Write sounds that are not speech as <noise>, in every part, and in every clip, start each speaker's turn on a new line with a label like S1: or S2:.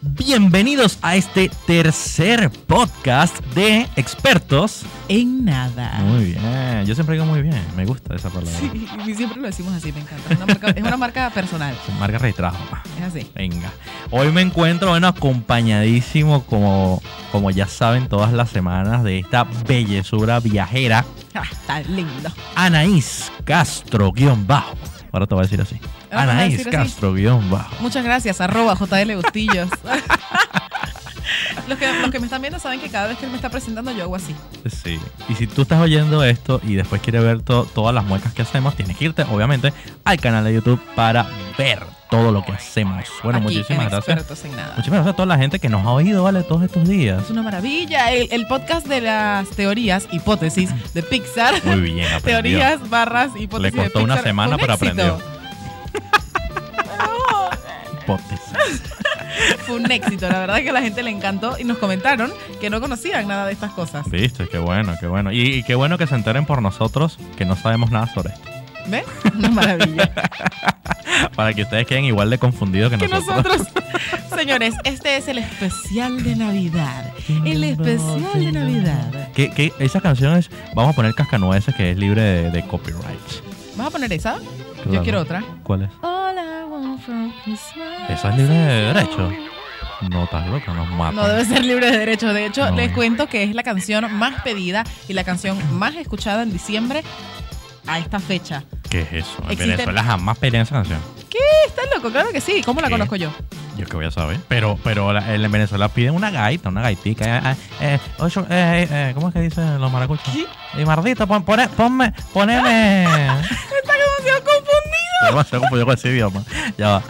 S1: bienvenidos a este tercer podcast de expertos.
S2: En nada.
S1: Muy bien, yo siempre digo muy bien, me gusta esa palabra.
S2: Sí, y siempre lo decimos así, me encanta. Es una marca, es una marca personal.
S1: Se marca retrajo.
S2: Es así.
S1: Venga. Hoy me encuentro, bueno, acompañadísimo, como, como ya saben, todas las semanas de esta bellezura viajera,
S2: Ah, Está lindo.
S1: Anaís Castro, guión bajo. Ahora te voy a decir así.
S2: Ahora me vas a
S1: Anaís
S2: decir así.
S1: Castro, guión bajo.
S2: Muchas gracias, arroba JL Bustillos. <laughs> los, que, los que me están viendo saben que cada vez que él me está presentando yo hago así.
S1: Sí. Y si tú estás oyendo esto y después quieres ver to- todas las muecas que hacemos, tienes que irte, obviamente, al canal de YouTube para ver todo lo que hacemos. Bueno,
S2: Aquí,
S1: muchísimas
S2: en
S1: gracias.
S2: Expertos en nada.
S1: Muchísimas gracias a toda la gente que nos ha oído, ¿vale? Todos estos días.
S2: Es una maravilla. El, el podcast de las teorías, hipótesis de Pixar.
S1: Muy bien, aprendió.
S2: <laughs> Teorías, barras, hipótesis.
S1: Le costó
S2: de
S1: una
S2: Pixar.
S1: semana,
S2: Fue un
S1: pero
S2: éxito.
S1: aprendió. Hipótesis.
S2: Fue un éxito. La verdad es que a la gente le encantó y nos comentaron que no conocían nada de estas cosas.
S1: Viste, qué bueno, qué bueno. Y, y qué bueno que se enteren por nosotros que no sabemos nada sobre esto.
S2: ¿Ven? Una maravilla.
S1: <laughs> Para que ustedes queden igual de confundidos que,
S2: que
S1: nosotros. <laughs>
S2: nosotros. Señores, este es el especial de Navidad. El especial de Navidad.
S1: Que, que esas canciones, vamos a poner Cascanueces, que es libre de, de copyrights.
S2: ¿Vas a poner esa? Yo
S1: Claro.
S2: quiero otra.
S1: ¿Cuál es?
S2: All I want for Christmas
S1: ¿Esa es libre de
S2: is
S1: derecho?
S2: you.
S1: No, estás loca, nos matan.
S2: No debe ser libre de derecho. De hecho,
S1: No.
S2: les cuento que es la canción más pedida y la canción más escuchada en diciembre a esta fecha.
S1: ¿Qué es eso? En
S2: Existen-
S1: Venezuela jamás pelean esa canción.
S2: ¿Estás loco? Claro que sí. ¿Cómo la
S1: ¿Qué?
S2: conozco yo?
S1: Yo que voy a saber. Pero, pero la- en Venezuela piden una gaita, una gaitica. Eh, eh, eh, ocho, eh, eh, eh, ¿Cómo es que dicen los maracuchos?
S2: ¿Qué?
S1: Y Mardito, pon, pone- ponme, poneme.
S2: <laughs> Está demasiado confundida.
S1: Vamos a confundido con ese idioma. Ya va.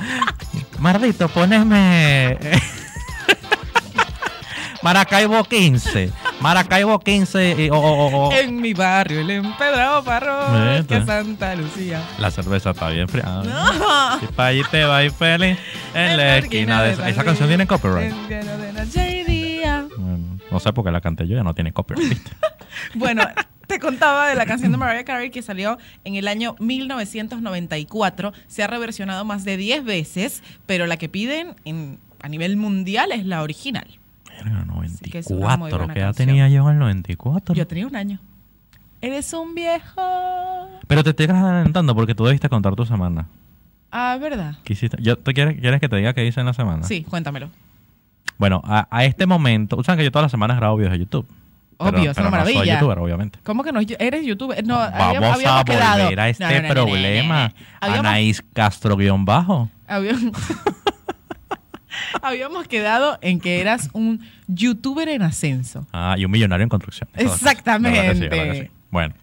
S1: Mardito, poneme. <laughs> Maracaibo 15. Maracaibo 15. y- o- o- o- o-
S2: En mi barrio, el empedrado parroquia
S1: Neta.
S2: Santa Lucía.
S1: La cerveza está bien friada.
S2: No.
S1: Y pa' allí te va y feliz en la esquina de esa. Esa canción tiene copyright. Bueno, no sé por qué la canté yo, ya no tiene copyright.
S2: <laughs>
S1: ¿viste?
S2: Bueno, te contaba de la canción de Mariah Carey que salió en el año 1994. Se ha reversionado más de 10 veces, pero la que piden en- a nivel mundial es la original.
S1: Verga,
S2: que es una muy
S1: 94.
S2: buena
S1: ¿Qué edad
S2: canción.
S1: tenía yo en el 94?
S2: Yo tenía un año. Eres un viejo.
S1: Pero te estás adelantando porque tú debiste contar tu semana.
S2: Ah, ¿verdad?
S1: ¿Qué hiciste? Yo, ¿Tú quieres, quieres que te diga qué hice en la semana?
S2: Sí, cuéntamelo.
S1: Bueno, a, a este momento, ustedes saben que yo todas las semanas grabo videos de YouTube. Pero-
S2: Obvio, es
S1: pero
S2: una
S1: no soy
S2: maravilla.
S1: youtuber, obviamente.
S2: ¿Cómo que no? Eres youtuber. No, había-
S1: Vamos a
S2: habíamos
S1: volver
S2: quedado.
S1: a este
S2: No, no, no, no, no, no, no.
S1: problema.
S2: Habíamos
S1: Anaís Castro guión bajo.
S2: Habíamos, <laughs> habíamos quedado en que eras un youtuber en ascenso.
S1: Ah, y un millonario en construcción. Eso es-
S2: Exactamente.
S1: la verdad que sí, la verdad que sí. Bueno,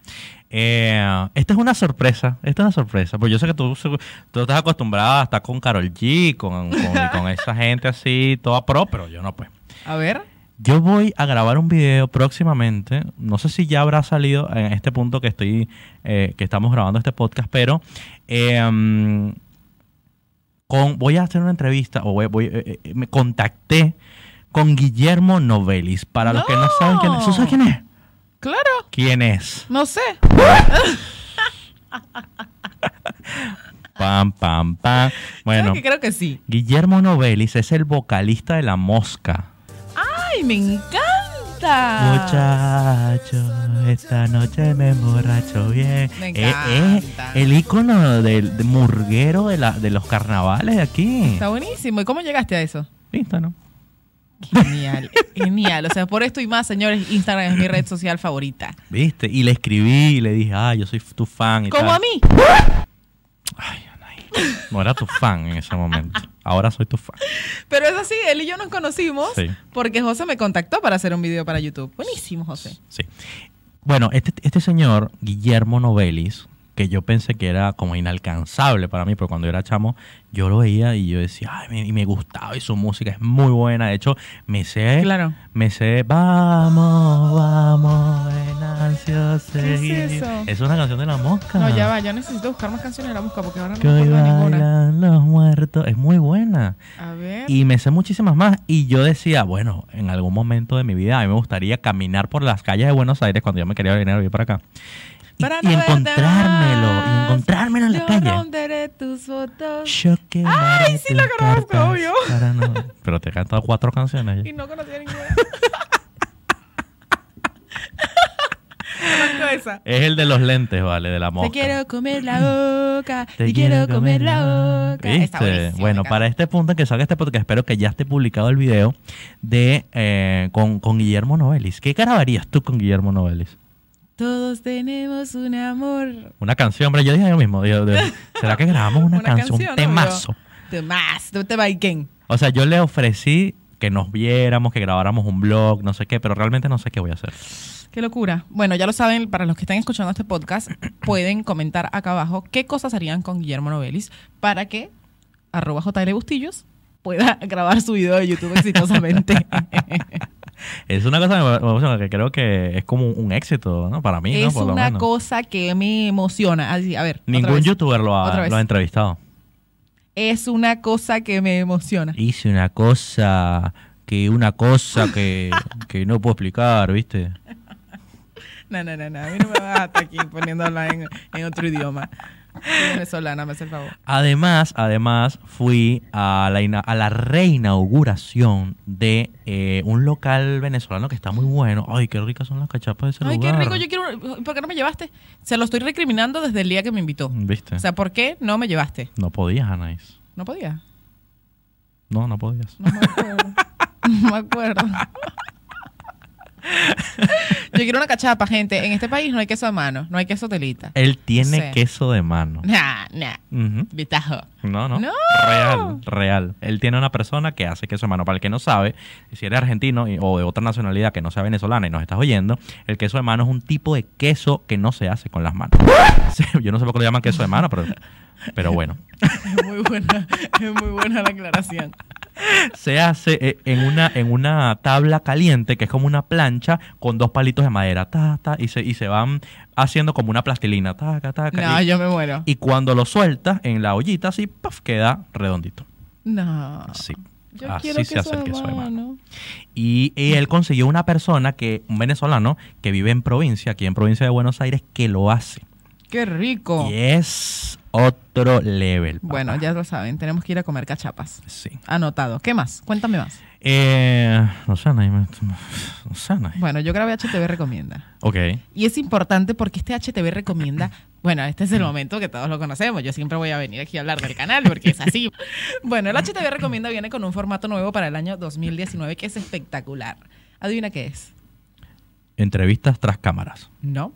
S1: eh, esta es una sorpresa. Esta es una sorpresa. Porque yo sé que tú, segu- tú estás acostumbrada a estar con Carol G, con, con, con esa gente así, toda pro, pero yo no, pues.
S2: A ver,
S1: Yo voy a grabar un video próximamente. No sé si ya habrá salido en este punto que estoy, eh, que estamos grabando este podcast, pero eh, mm, con, voy a hacer una entrevista o voy, voy- eh, eh, me contacté con Guillermo Novelis. Para los que no saben quién es, ¿tú sabes quién es?
S2: claro,
S1: ¿Quién es?
S2: no sé.
S1: Pam, pam, pam. Bueno,
S2: Creo que creo que sí.
S1: Guillermo Novelis es el vocalista de La Mosca.
S2: ¡Ay, me encanta!
S1: Muchacho, esta noche me emborracho bien.
S2: Me
S1: Eh,
S2: encanta.
S1: eh, el ícono del de murguero de, la, de los carnavales de aquí.
S2: Está buenísimo. ¿Y cómo llegaste a eso?
S1: Listo, ¿no?
S2: Genial, <laughs> genial. O sea, por esto y más, señores, Instagram es mi red social favorita.
S1: ¿Viste? Y le escribí y le dije, ah, yo soy tu fan. Y
S2: Como
S1: tal.
S2: a mí.
S1: Ay, Anaí, No era tu fan en ese momento. Ahora soy tu fan.
S2: Pero es así, él y yo nos conocimos
S1: Sí.
S2: porque José me contactó para hacer un video para YouTube. Buenísimo, José.
S1: Sí. Bueno, este, este señor, Guillermo Novelis, que yo pensé que era como inalcanzable para mí, pero cuando yo era chamo, yo lo veía y yo decía, ay, me- y me gustaba, y su música es muy buena. De hecho, me sé,
S2: Claro.
S1: me sé, vamos, vamos, Venancio, seguir.
S2: eso?
S1: una canción de la mosca.
S2: No, ya va, yo necesito buscar más canciones de la busca porque ahora no
S1: Que
S2: me
S1: hoy
S2: acuerdo de ninguna.
S1: bailan los muertos. Es muy buena.
S2: A ver.
S1: Y me sé muchísimas más. Y yo decía, bueno, en algún momento de mi vida a mí me gustaría caminar por las calles de Buenos Aires cuando yo me quería venir a vivir para acá. y,
S2: Para
S1: y
S2: no verte
S1: encontrármelo, y
S2: más.
S1: encontrármelo en la
S2: Yo
S1: calle.
S2: rondaré tus fotos.
S1: Yo quemaré
S2: sí lo
S1: tus
S2: conozco,
S1: cartas
S2: obvio.
S1: para no- Pero te he cantado cuatro canciones.
S2: Y
S1: ya.
S2: no conocía <laughs> ninguna. Conozco esa.
S1: Es el de los lentes, vale, de la mosca. Mm.
S2: Te quiero comer la boca.
S1: Te
S2: quiero comer la boca.
S1: ¿Viste?
S2: Está buenísimo,
S1: bueno,
S2: me
S1: para este punto en que salga este podcast, espero que ya esté publicado el video de eh, con, con Guillermo Novelis. ¿Qué grabarías tú con Guillermo Novelis?
S2: Todos tenemos un amor.
S1: Una canción, hombre, yo dije yo mismo. digo, digo,
S2: <laughs>
S1: ¿Será que grabamos una,
S2: Una
S1: canción?
S2: canción,
S1: Un temazo.
S2: Te más, tú te baiquen.
S1: O sea, yo le ofrecí que nos viéramos, que grabáramos un blog, no sé qué, pero realmente no sé qué voy a hacer.
S2: Qué locura. Bueno, ya lo saben, para los que están escuchando
S1: <coughs>
S2: este podcast, pueden comentar acá abajo qué cosas harían con Guillermo Novelis para que arroba JL Bustillos pueda <laughs> grabar su video de YouTube
S1: <laughs>
S2: exitosamente.
S1: Es una cosa que me- me emociona, que creo que es como un éxito, ¿no? Para mí, ¿no?
S2: es
S1: Por lo
S2: una
S1: menos.
S2: cosa que me emociona. Así, a ver, otra
S1: Ningún
S2: vez.
S1: youtuber lo
S2: Otra
S1: ha,
S2: vez.
S1: lo ha entrevistado.
S2: <laughs> Es una cosa que me emociona.
S1: Hice una cosa que una cosa que, que no puedo explicar, ¿viste?
S2: No, no, no, no. A mí no me vas a estar aquí poniendo a hablar en, en otro idioma. Soy venezolana, me hace el favor.
S1: Además, además fui a la, ina- a la reinauguración de eh, un local venezolano que está muy bueno. Ay, qué ricas son las cachapas de ese
S2: Ay,
S1: lugar.
S2: qué rico. Yo quiero. ¿Por qué no me llevaste? Se lo estoy recriminando desde el día que me invitó.
S1: ¿Viste?
S2: O sea, ¿por qué no me llevaste?
S1: no podías, Anais.
S2: No podía.
S1: No, no podías.
S2: No me acuerdo. <laughs> No me acuerdo. Yo quiero una cachapa, gente. En este país no hay queso a mano, no hay queso telita.
S1: Él tiene
S2: Sí.
S1: queso de
S2: <laughs>
S1: mano.
S2: Nah, nah.
S1: Ujú.
S2: Vitajo.
S1: No, no,
S2: No.
S1: Real, real. Él tiene una persona que hace queso de mano. Para el que no sabe, si eres argentino y- o de otra nacionalidad que no sea venezolana y nos estás oyendo, el queso de mano es un tipo de queso que no se hace con las manos. <laughs> Sí, Yo no sé por qué lo llaman queso de mano, pero, pero bueno.
S2: Es muy buena, es muy buena la aclaración.
S1: Se hace eh, en una, en una tabla caliente, que es como una plancha, con dos palitos de madera, ta, ta, y se, y se van haciendo como una plastilina, taca, taca.
S2: No,
S1: y,
S2: yo me muero.
S1: Ah, y cuando lo sueltas en la ollita así, puff, queda redondito.
S2: No.
S1: Sí.
S2: Ah. Yo
S1: Así
S2: quiero
S1: se
S2: queso
S1: hace el
S2: de
S1: queso de mano.
S2: mano.
S1: Y él consiguió una persona que, un venezolano, que vive en provincia, aquí en provincia de Buenos Aires, que lo hace.
S2: Qué rico.
S1: Y es otro level. papá.
S2: Oh. Bueno, ya lo saben, tenemos que ir a comer cachapas.
S1: Sí.
S2: Anotado. ¿Qué más? Cuéntame más.
S1: Eh, no sé, Anaí, me- No sé, Anaí.
S2: Bueno, yo grabé HTV Recomienda.
S1: Ok.
S2: Y es importante porque este HTV Recomienda, bueno, este es el momento que todos lo conocemos. Yo siempre voy a venir aquí a hablar del canal porque es así. Bueno, el HTV Recomienda viene con un formato nuevo para el año 2019 que es espectacular. Adivina qué es.
S1: Entrevistas tras cámaras.
S2: No,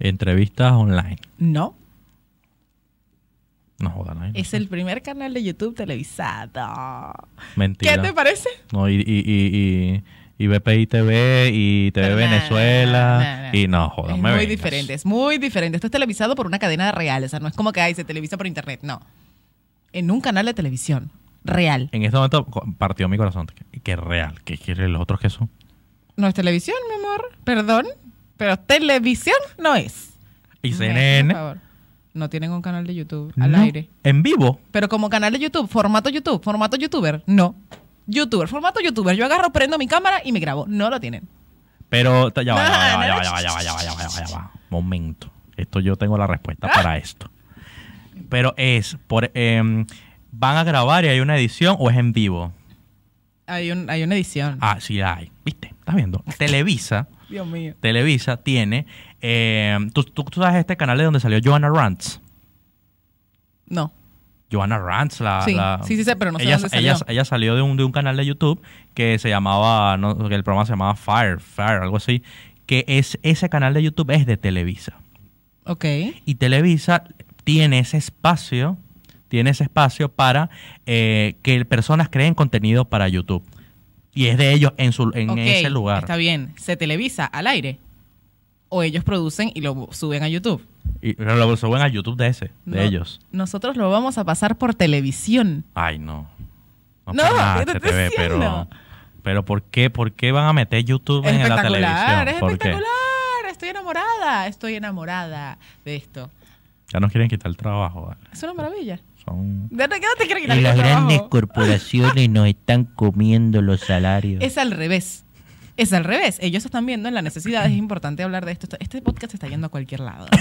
S1: Entrevistas online.
S2: no.
S1: No jodan, Anaí, no
S2: Es
S1: sé.
S2: el primer canal de YouTube televisado.
S1: Mentira.
S2: ¿Qué te parece?
S1: No, y, y, y, y, y BPI TV, y TV
S2: Pero nada,
S1: Venezuela,
S2: nada, nada.
S1: y no, jodan,
S2: Es
S1: me
S2: muy
S1: vengas.
S2: diferente, es muy diferente. Esto es televisado por una cadena real, o sea, no es como que ahí se televisa por internet, no. En un canal de televisión real.
S1: En este momento co- partió mi corazón. Que, que real. Que, que los otros que son.
S2: No es televisión, mi amor, perdón, pero televisión no es.
S1: Y
S2: Me-
S1: CNN.
S2: por favor. No tienen un canal de YouTube al
S1: No.
S2: aire.
S1: En vivo.
S2: Pero como canal de YouTube, formato YouTube, formato youtuber, no. Youtuber, formato youtuber. Yo agarro, prendo mi cámara y me grabo. No lo tienen.
S1: Pero ta- ya va, ya va,
S2: No,
S1: ya
S2: no,
S1: va, ya va, ya va, ya va, ya va, ya va, ya va. Momento. Esto yo tengo la
S2: <laughs>
S1: respuesta para esto. Pero es por em, van a grabar y hay una edición o es en vivo.
S2: Hay, un, hay una edición.
S1: Ah, sí hay. ¿Viste? ¿Estás viendo?
S2: <laughs>
S1: Televisa,
S2: Dios mío.
S1: Televisa tiene em, ¿tú, tú, tú sabes este canal de donde salió Joanna Rants.
S2: No.
S1: Joanna Rants, la.
S2: Sí,
S1: la-
S2: sí, sí sé, pero no sé
S1: ella,
S2: dónde
S1: ella-
S2: salió.
S1: ella salió de un, de un canal de YouTube que se llamaba. no, que el programa se llamaba Fire, Fire, algo así. Que es ese canal de YouTube es de Televisa.
S2: Ok.
S1: Y Televisa tiene ese espacio, tiene ese espacio para eh, que personas creen contenido para YouTube. Y es de ellos en, su, en
S2: Ok,
S1: ese lugar.
S2: Está bien, se televisa al aire. O ellos producen y lo suben a YouTube.
S1: Y pero lo suben a YouTube de ese, de
S2: No-
S1: ellos.
S2: Nosotros lo vamos a pasar por televisión.
S1: Ay, no.
S2: No,
S1: pasa nada,
S2: ¿qué te estoy
S1: HTV, pero,
S2: diciendo?
S1: pero ¿por qué? ¿Por qué van a meter YouTube en la televisión?
S2: espectacular, es
S1: ¿Por qué?
S2: espectacular. Estoy enamorada, estoy enamorada de esto.
S1: Ya nos quieren quitar el trabajo. vale.
S2: Es una maravilla.
S1: Son...
S2: ¿De verdad que no te quiero quitar
S3: Y
S2: el
S3: las
S2: trabajo?
S3: grandes corporaciones nos están comiendo los salarios.
S2: Es al revés. Es al revés. Ellos están viendo en la necesidad. Es importante hablar de esto. Esto- Este podcast se está yendo a cualquier lado,
S1: <laughs>
S2: ¿no?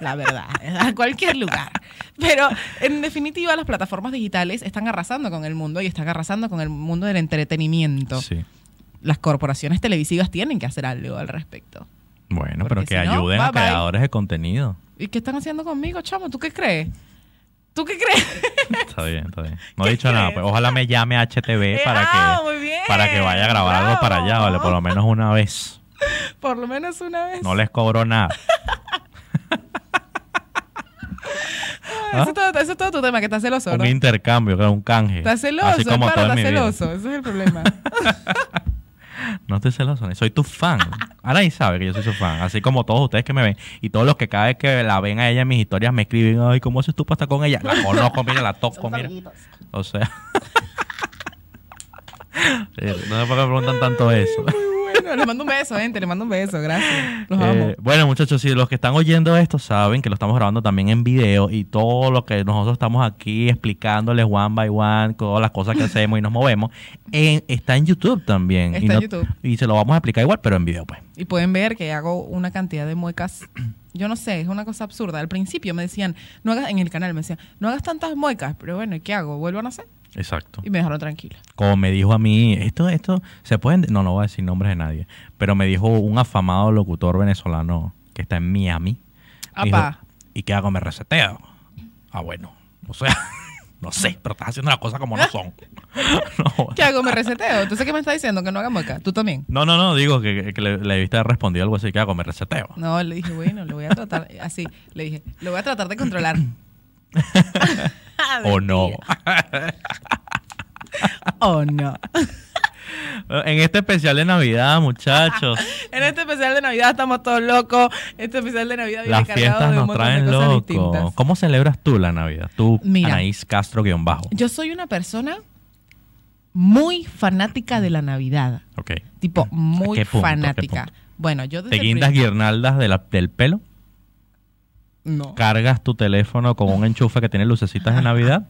S2: La verdad, a cualquier lugar. Pero en definitiva, las plataformas digitales están arrasando con el mundo y están arrasando con el mundo del entretenimiento.
S1: Sí.
S2: Las corporaciones televisivas tienen que hacer algo al respecto.
S1: Bueno,
S2: Porque
S1: pero
S2: si
S1: que
S2: no,
S1: ayuden a
S2: bye bye.
S1: creadores de contenido.
S2: ¿Y qué están haciendo conmigo, chamo? ¿Tú qué crees? ¿Tú qué crees?
S1: Está bien, está bien. No he
S2: ¿Qué
S1: dicho nada.
S2: crees?
S1: pues. Ojalá me llame HTV eh, para
S2: Ah,
S1: que
S2: muy bien.
S1: para que vaya a grabar algo
S2: Bravo.
S1: para allá, vale, por lo menos una vez.
S2: Por lo menos una vez.
S1: No les cobro nada.
S2: Ah, Ese, es todo, ese es todo tu tema, que estás celoso,
S1: Un
S2: ¿verdad?
S1: intercambio, creo, un canje.
S2: Estás celoso,
S1: Así como
S2: claro,
S1: todo en
S2: estás
S1: mi vida.
S2: celoso. Ese es el problema.
S1: No estoy celoso, ni soy tu fan. Anaí sabe que yo soy su fan, así como todos ustedes que me ven y todos los que cada vez que la ven a ella en mis historias me escriben, ay, ¿cómo haces tú para estar con ella? La conozco, mira, la toco, mira. O sea... <laughs> Sí, no sé por qué me preguntan tanto <laughs> eso.
S2: Muy bueno. Les mando un beso, gente. Les mando un beso. Gracias. Los amo.
S1: Eh, bueno, muchachos, si los que están oyendo esto saben que lo estamos grabando también en video y todo lo que nosotros estamos aquí explicándoles one by one, todas las cosas que hacemos y nos movemos, en- está en YouTube también.
S2: Está
S1: y
S2: en
S1: no-
S2: YouTube.
S1: Y se lo vamos a explicar igual, pero en video, pues.
S2: Y pueden ver que hago una cantidad de muecas. Yo no sé, es una cosa absurda. Al principio me decían, no hagas, en el canal me decían, no hagas tantas muecas. Pero bueno, ¿y qué hago? ¿Vuelvo a nacer?
S1: Exacto.
S2: Y me dejaron tranquila.
S1: Como me dijo a mí, esto, esto, se pueden, no, no voy a decir nombres de nadie, pero me dijo un afamado locutor venezolano que está en Miami. me dijo,
S2: Apá.
S1: ¿Y qué hago? ¿Me reseteo? Ah, bueno, o sea, <laughs> no sé, pero estás haciendo las cosas como no son. <laughs> No,
S2: ¿Qué hago? ¿Me reseteo? ¿Tú sabes qué me está diciendo? Que no haga muecas. ¿Tú también?
S1: No, no, no, digo que, que le, le debiste haber respondido algo así, que hago, me reseteo.
S2: No, le dije, bueno, lo voy a tratar eh, así. Le dije, lo voy a tratar de controlar.
S1: <laughs>
S2: <laughs>
S1: o no.
S2: Mentira. O no.
S1: en este especial de Navidad,
S2: <laughs>
S1: muchachos,
S2: En este especial de Navidad estamos todos locos. Este especial de Navidad viene
S1: las
S2: cargado
S1: fiestas
S2: de un
S1: nos
S2: montón de
S1: traen
S2: cosas
S1: locos.
S2: distintas.
S1: ¿Cómo celebras tú la Navidad? Tú,
S2: Mira.
S1: Anaís Castro, guión bajo.
S2: Yo soy una persona muy fanática de la Navidad.
S1: Ok.
S2: Tipo, muy
S1: Mm. qué punto? ¿A qué
S2: fanática.
S1: punto?
S2: Bueno, yo desde
S1: ¿Te
S2: el
S1: guindas
S2: primer-
S1: guirnaldas de la- del pelo?
S2: No.
S1: ¿Cargas tu teléfono con un enchufe que tiene lucecitas de Navidad?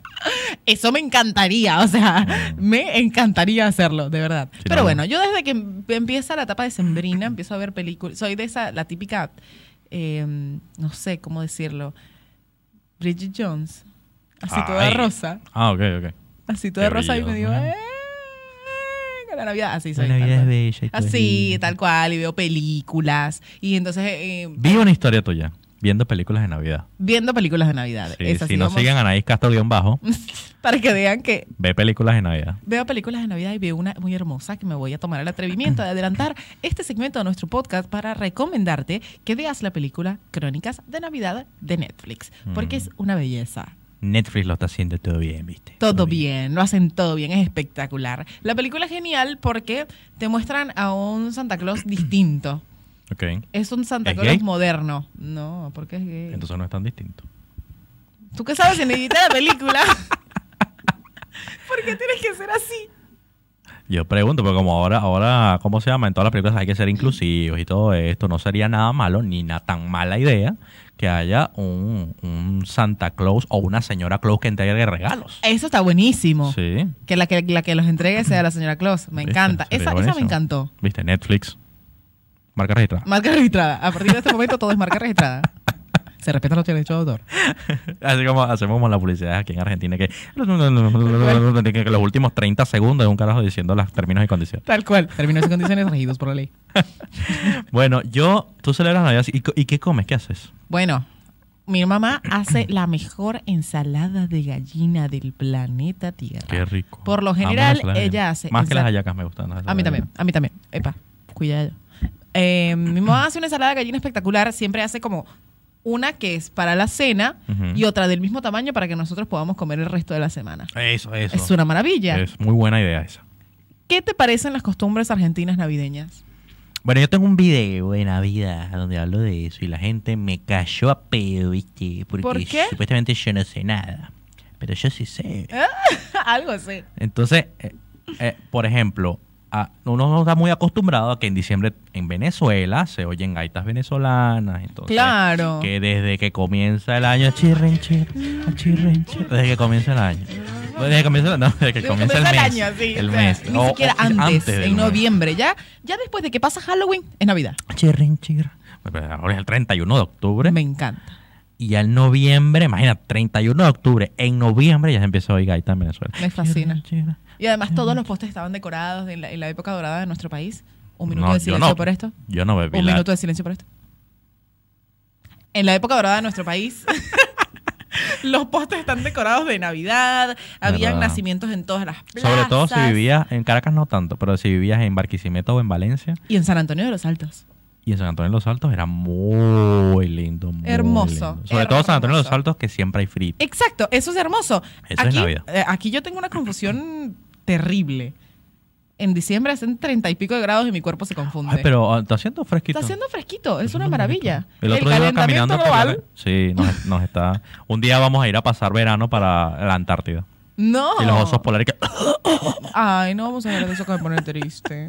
S2: Eso me encantaría, o sea, me encantaría hacerlo, de verdad.
S1: Ah. Sí,
S2: Pero
S1: no.
S2: bueno, yo desde que em- empieza la etapa de Sembrina, empiezo a ver películas. Soy de esa, la típica, eh, no sé cómo decirlo, Bridget Jones. Así toda
S1: Ay.
S2: rosa.
S1: Ah, ok, ok.
S2: Así toda
S1: Qué
S2: rosa y me
S1: brillo.
S2: digo,
S1: Ajá.
S2: "Eh, con la Navidad. Así
S1: La
S2: soy.
S1: Navidad
S2: tal
S1: es
S2: cual.
S1: bella y tú eres
S2: Así,
S1: linda.
S2: tal cual, y veo películas. Y entonces, eh,
S1: Vi una historia tuya, viendo películas de Navidad.
S2: viendo películas de Navidad.
S1: Sí, Mm.
S2: Es
S1: si
S2: así,
S1: no
S2: vamos-
S1: siguen a Anaís Castro, guión bajo,
S2: <laughs> Para que vean que
S1: ve películas de Navidad.
S2: Veo películas de Navidad y veo una muy hermosa que me voy a tomar el
S1: <laughs>
S2: atrevimiento de adelantar este segmento de nuestro podcast para recomendarte que veas la película Crónicas de Navidad de Netflix, porque
S1: Mm.
S2: es una belleza.
S1: Netflix lo está haciendo todo bien, ¿viste?
S2: Todo bien, lo hacen todo bien, es espectacular. La película es genial porque te muestran a un
S1: <clears throat>
S2: Santa Claus distinto.
S1: Ok.
S2: Es un Santa
S1: ¿Es
S2: Claus
S1: gay?
S2: moderno. No, porque es gay.
S1: Entonces no es tan distinto.
S2: ¿Tú qué sabes si necesitas
S1: <laughs>
S2: la película? <laughs> ¿Por qué tienes que ser así?
S1: Yo pregunto, porque como ahora, ahora, ¿cómo se llama? En todas las películas hay que ser inclusivos y todo esto. No sería nada malo, ni na- tan mala idea que haya un, un Santa Claus o una señora Claus que entregue regalos.
S2: Eso está buenísimo.
S1: Sí.
S2: Que la que, la que los entregue sea la señora Claus. Me
S1: ¿Viste?
S2: encanta.
S1: Sería
S2: Esa, esa me
S1: buenísimo.
S2: encantó.
S1: ¿Viste? Netflix. Marca <laughs> registrada.
S2: Marca registrada. A partir de este momento todo es marca registrada. Se respetan los derechos de autor.
S1: Así como hacemos como la publicidad aquí en Argentina, <laughs> que, que los últimos 30 segundos es un carajo diciendo los términos y condiciones.
S2: Tal cual. Términos y condiciones regidos por la ley.
S1: Bueno, yo, tú celebras Navidad y, co- y ¿qué comes? ¿Qué haces?
S2: Bueno, mi mamá hace la mejor ensalada de gallina del planeta Tierra.
S1: Qué rico.
S2: Por lo
S1: Amo las
S2: general,
S1: saladas de
S2: ella
S1: gallina.
S2: hace
S1: Más que
S2: ensal-
S1: las hallacas me gustan. las
S2: A mí
S1: saladas de
S2: también, a mí también. Epa, cuidado. Eh, mi mamá hace una ensalada de gallina espectacular. Siempre hace como una que es para la cena
S1: Ujú.
S2: y otra del mismo tamaño para que nosotros podamos comer el resto de la semana.
S1: gallina. Eso, eso.
S2: Es una maravilla.
S1: Es muy buena idea esa.
S2: ¿Qué te parecen las costumbres argentinas navideñas?
S1: Bueno, yo tengo un video de Navidad donde hablo de eso y la gente me cayó a pedo, ¿viste? Porque
S2: ¿Por qué? ¿Eh?
S1: supuestamente yo no sé nada. Pero yo sí sé.
S2: <laughs> Algo así.
S1: Entonces, eh, eh, por ejemplo, a- uno no está muy acostumbrado a que en diciembre en Venezuela se oyen gaitas venezolanas. Entonces,
S2: Claro.
S1: Que desde que comienza el año, chirren, chirren, chirren, chirren, desde que comienza el año. Desde que comienza, no, desde que
S2: Desde
S1: comienza el mes.
S2: año, sí,
S1: el
S2: o sea,
S1: mes.
S2: Ni
S1: O-
S2: siquiera
S1: o-
S2: antes,
S1: del
S2: en
S1: mes.
S2: noviembre. Ya, ya después de que pasa Halloween, es Navidad.
S1: Chirrin, chirra. Pero Pues, Ahora es el 31 de octubre.
S2: Me encanta.
S1: Y ya en noviembre, imagina, 31 de octubre. En noviembre ya se empieza a oír gaita en Venezuela.
S2: Me fascina.
S1: Chirrin, chirra.
S2: Y además todos
S1: Mm.
S2: los postes estaban decorados en la, en la época dorada de nuestro país. Un minuto
S1: No,
S2: de
S1: yo
S2: silencio
S1: no.
S2: por esto.
S1: Yo no bebí
S2: Un
S1: la-
S2: minuto de silencio por esto. En la época dorada de nuestro país, <laughs> los postes están decorados de Navidad, habían
S1: Verdad.
S2: nacimientos en todas las plazas.
S1: Sobre todo si vivías en Caracas, no tanto, pero si vivías en Barquisimeto o en Valencia
S2: Y en San Antonio de los Altos.
S1: y en San Antonio de los Altos, era muy lindo. muy
S2: Hermoso,
S1: lindo. Sobre todo San Antonio de los
S2: hermoso.
S1: Altos, que siempre hay frito.
S2: Exacto, eso es hermoso.
S1: Eso es
S2: aquí,
S1: Navidad.
S2: eh, aquí yo tengo una confusión <clears throat> terrible. En diciembre hacen treinta y pico de grados y mi cuerpo se confunde.
S1: Ay, pero ah, está haciendo fresquito.
S2: Está haciendo fresquito, es
S1: Está
S2: una
S1: haciendo
S2: maravilla.
S1: fresquito. El otro día iba caminando por la
S2: global,
S1: ca- Sí, nos, nos está. Un día vamos a ir a pasar verano para la Antártida.
S2: no.
S1: Y los osos polares que "Ah,
S2: Ay, no vamos a hablar de eso que me pone triste.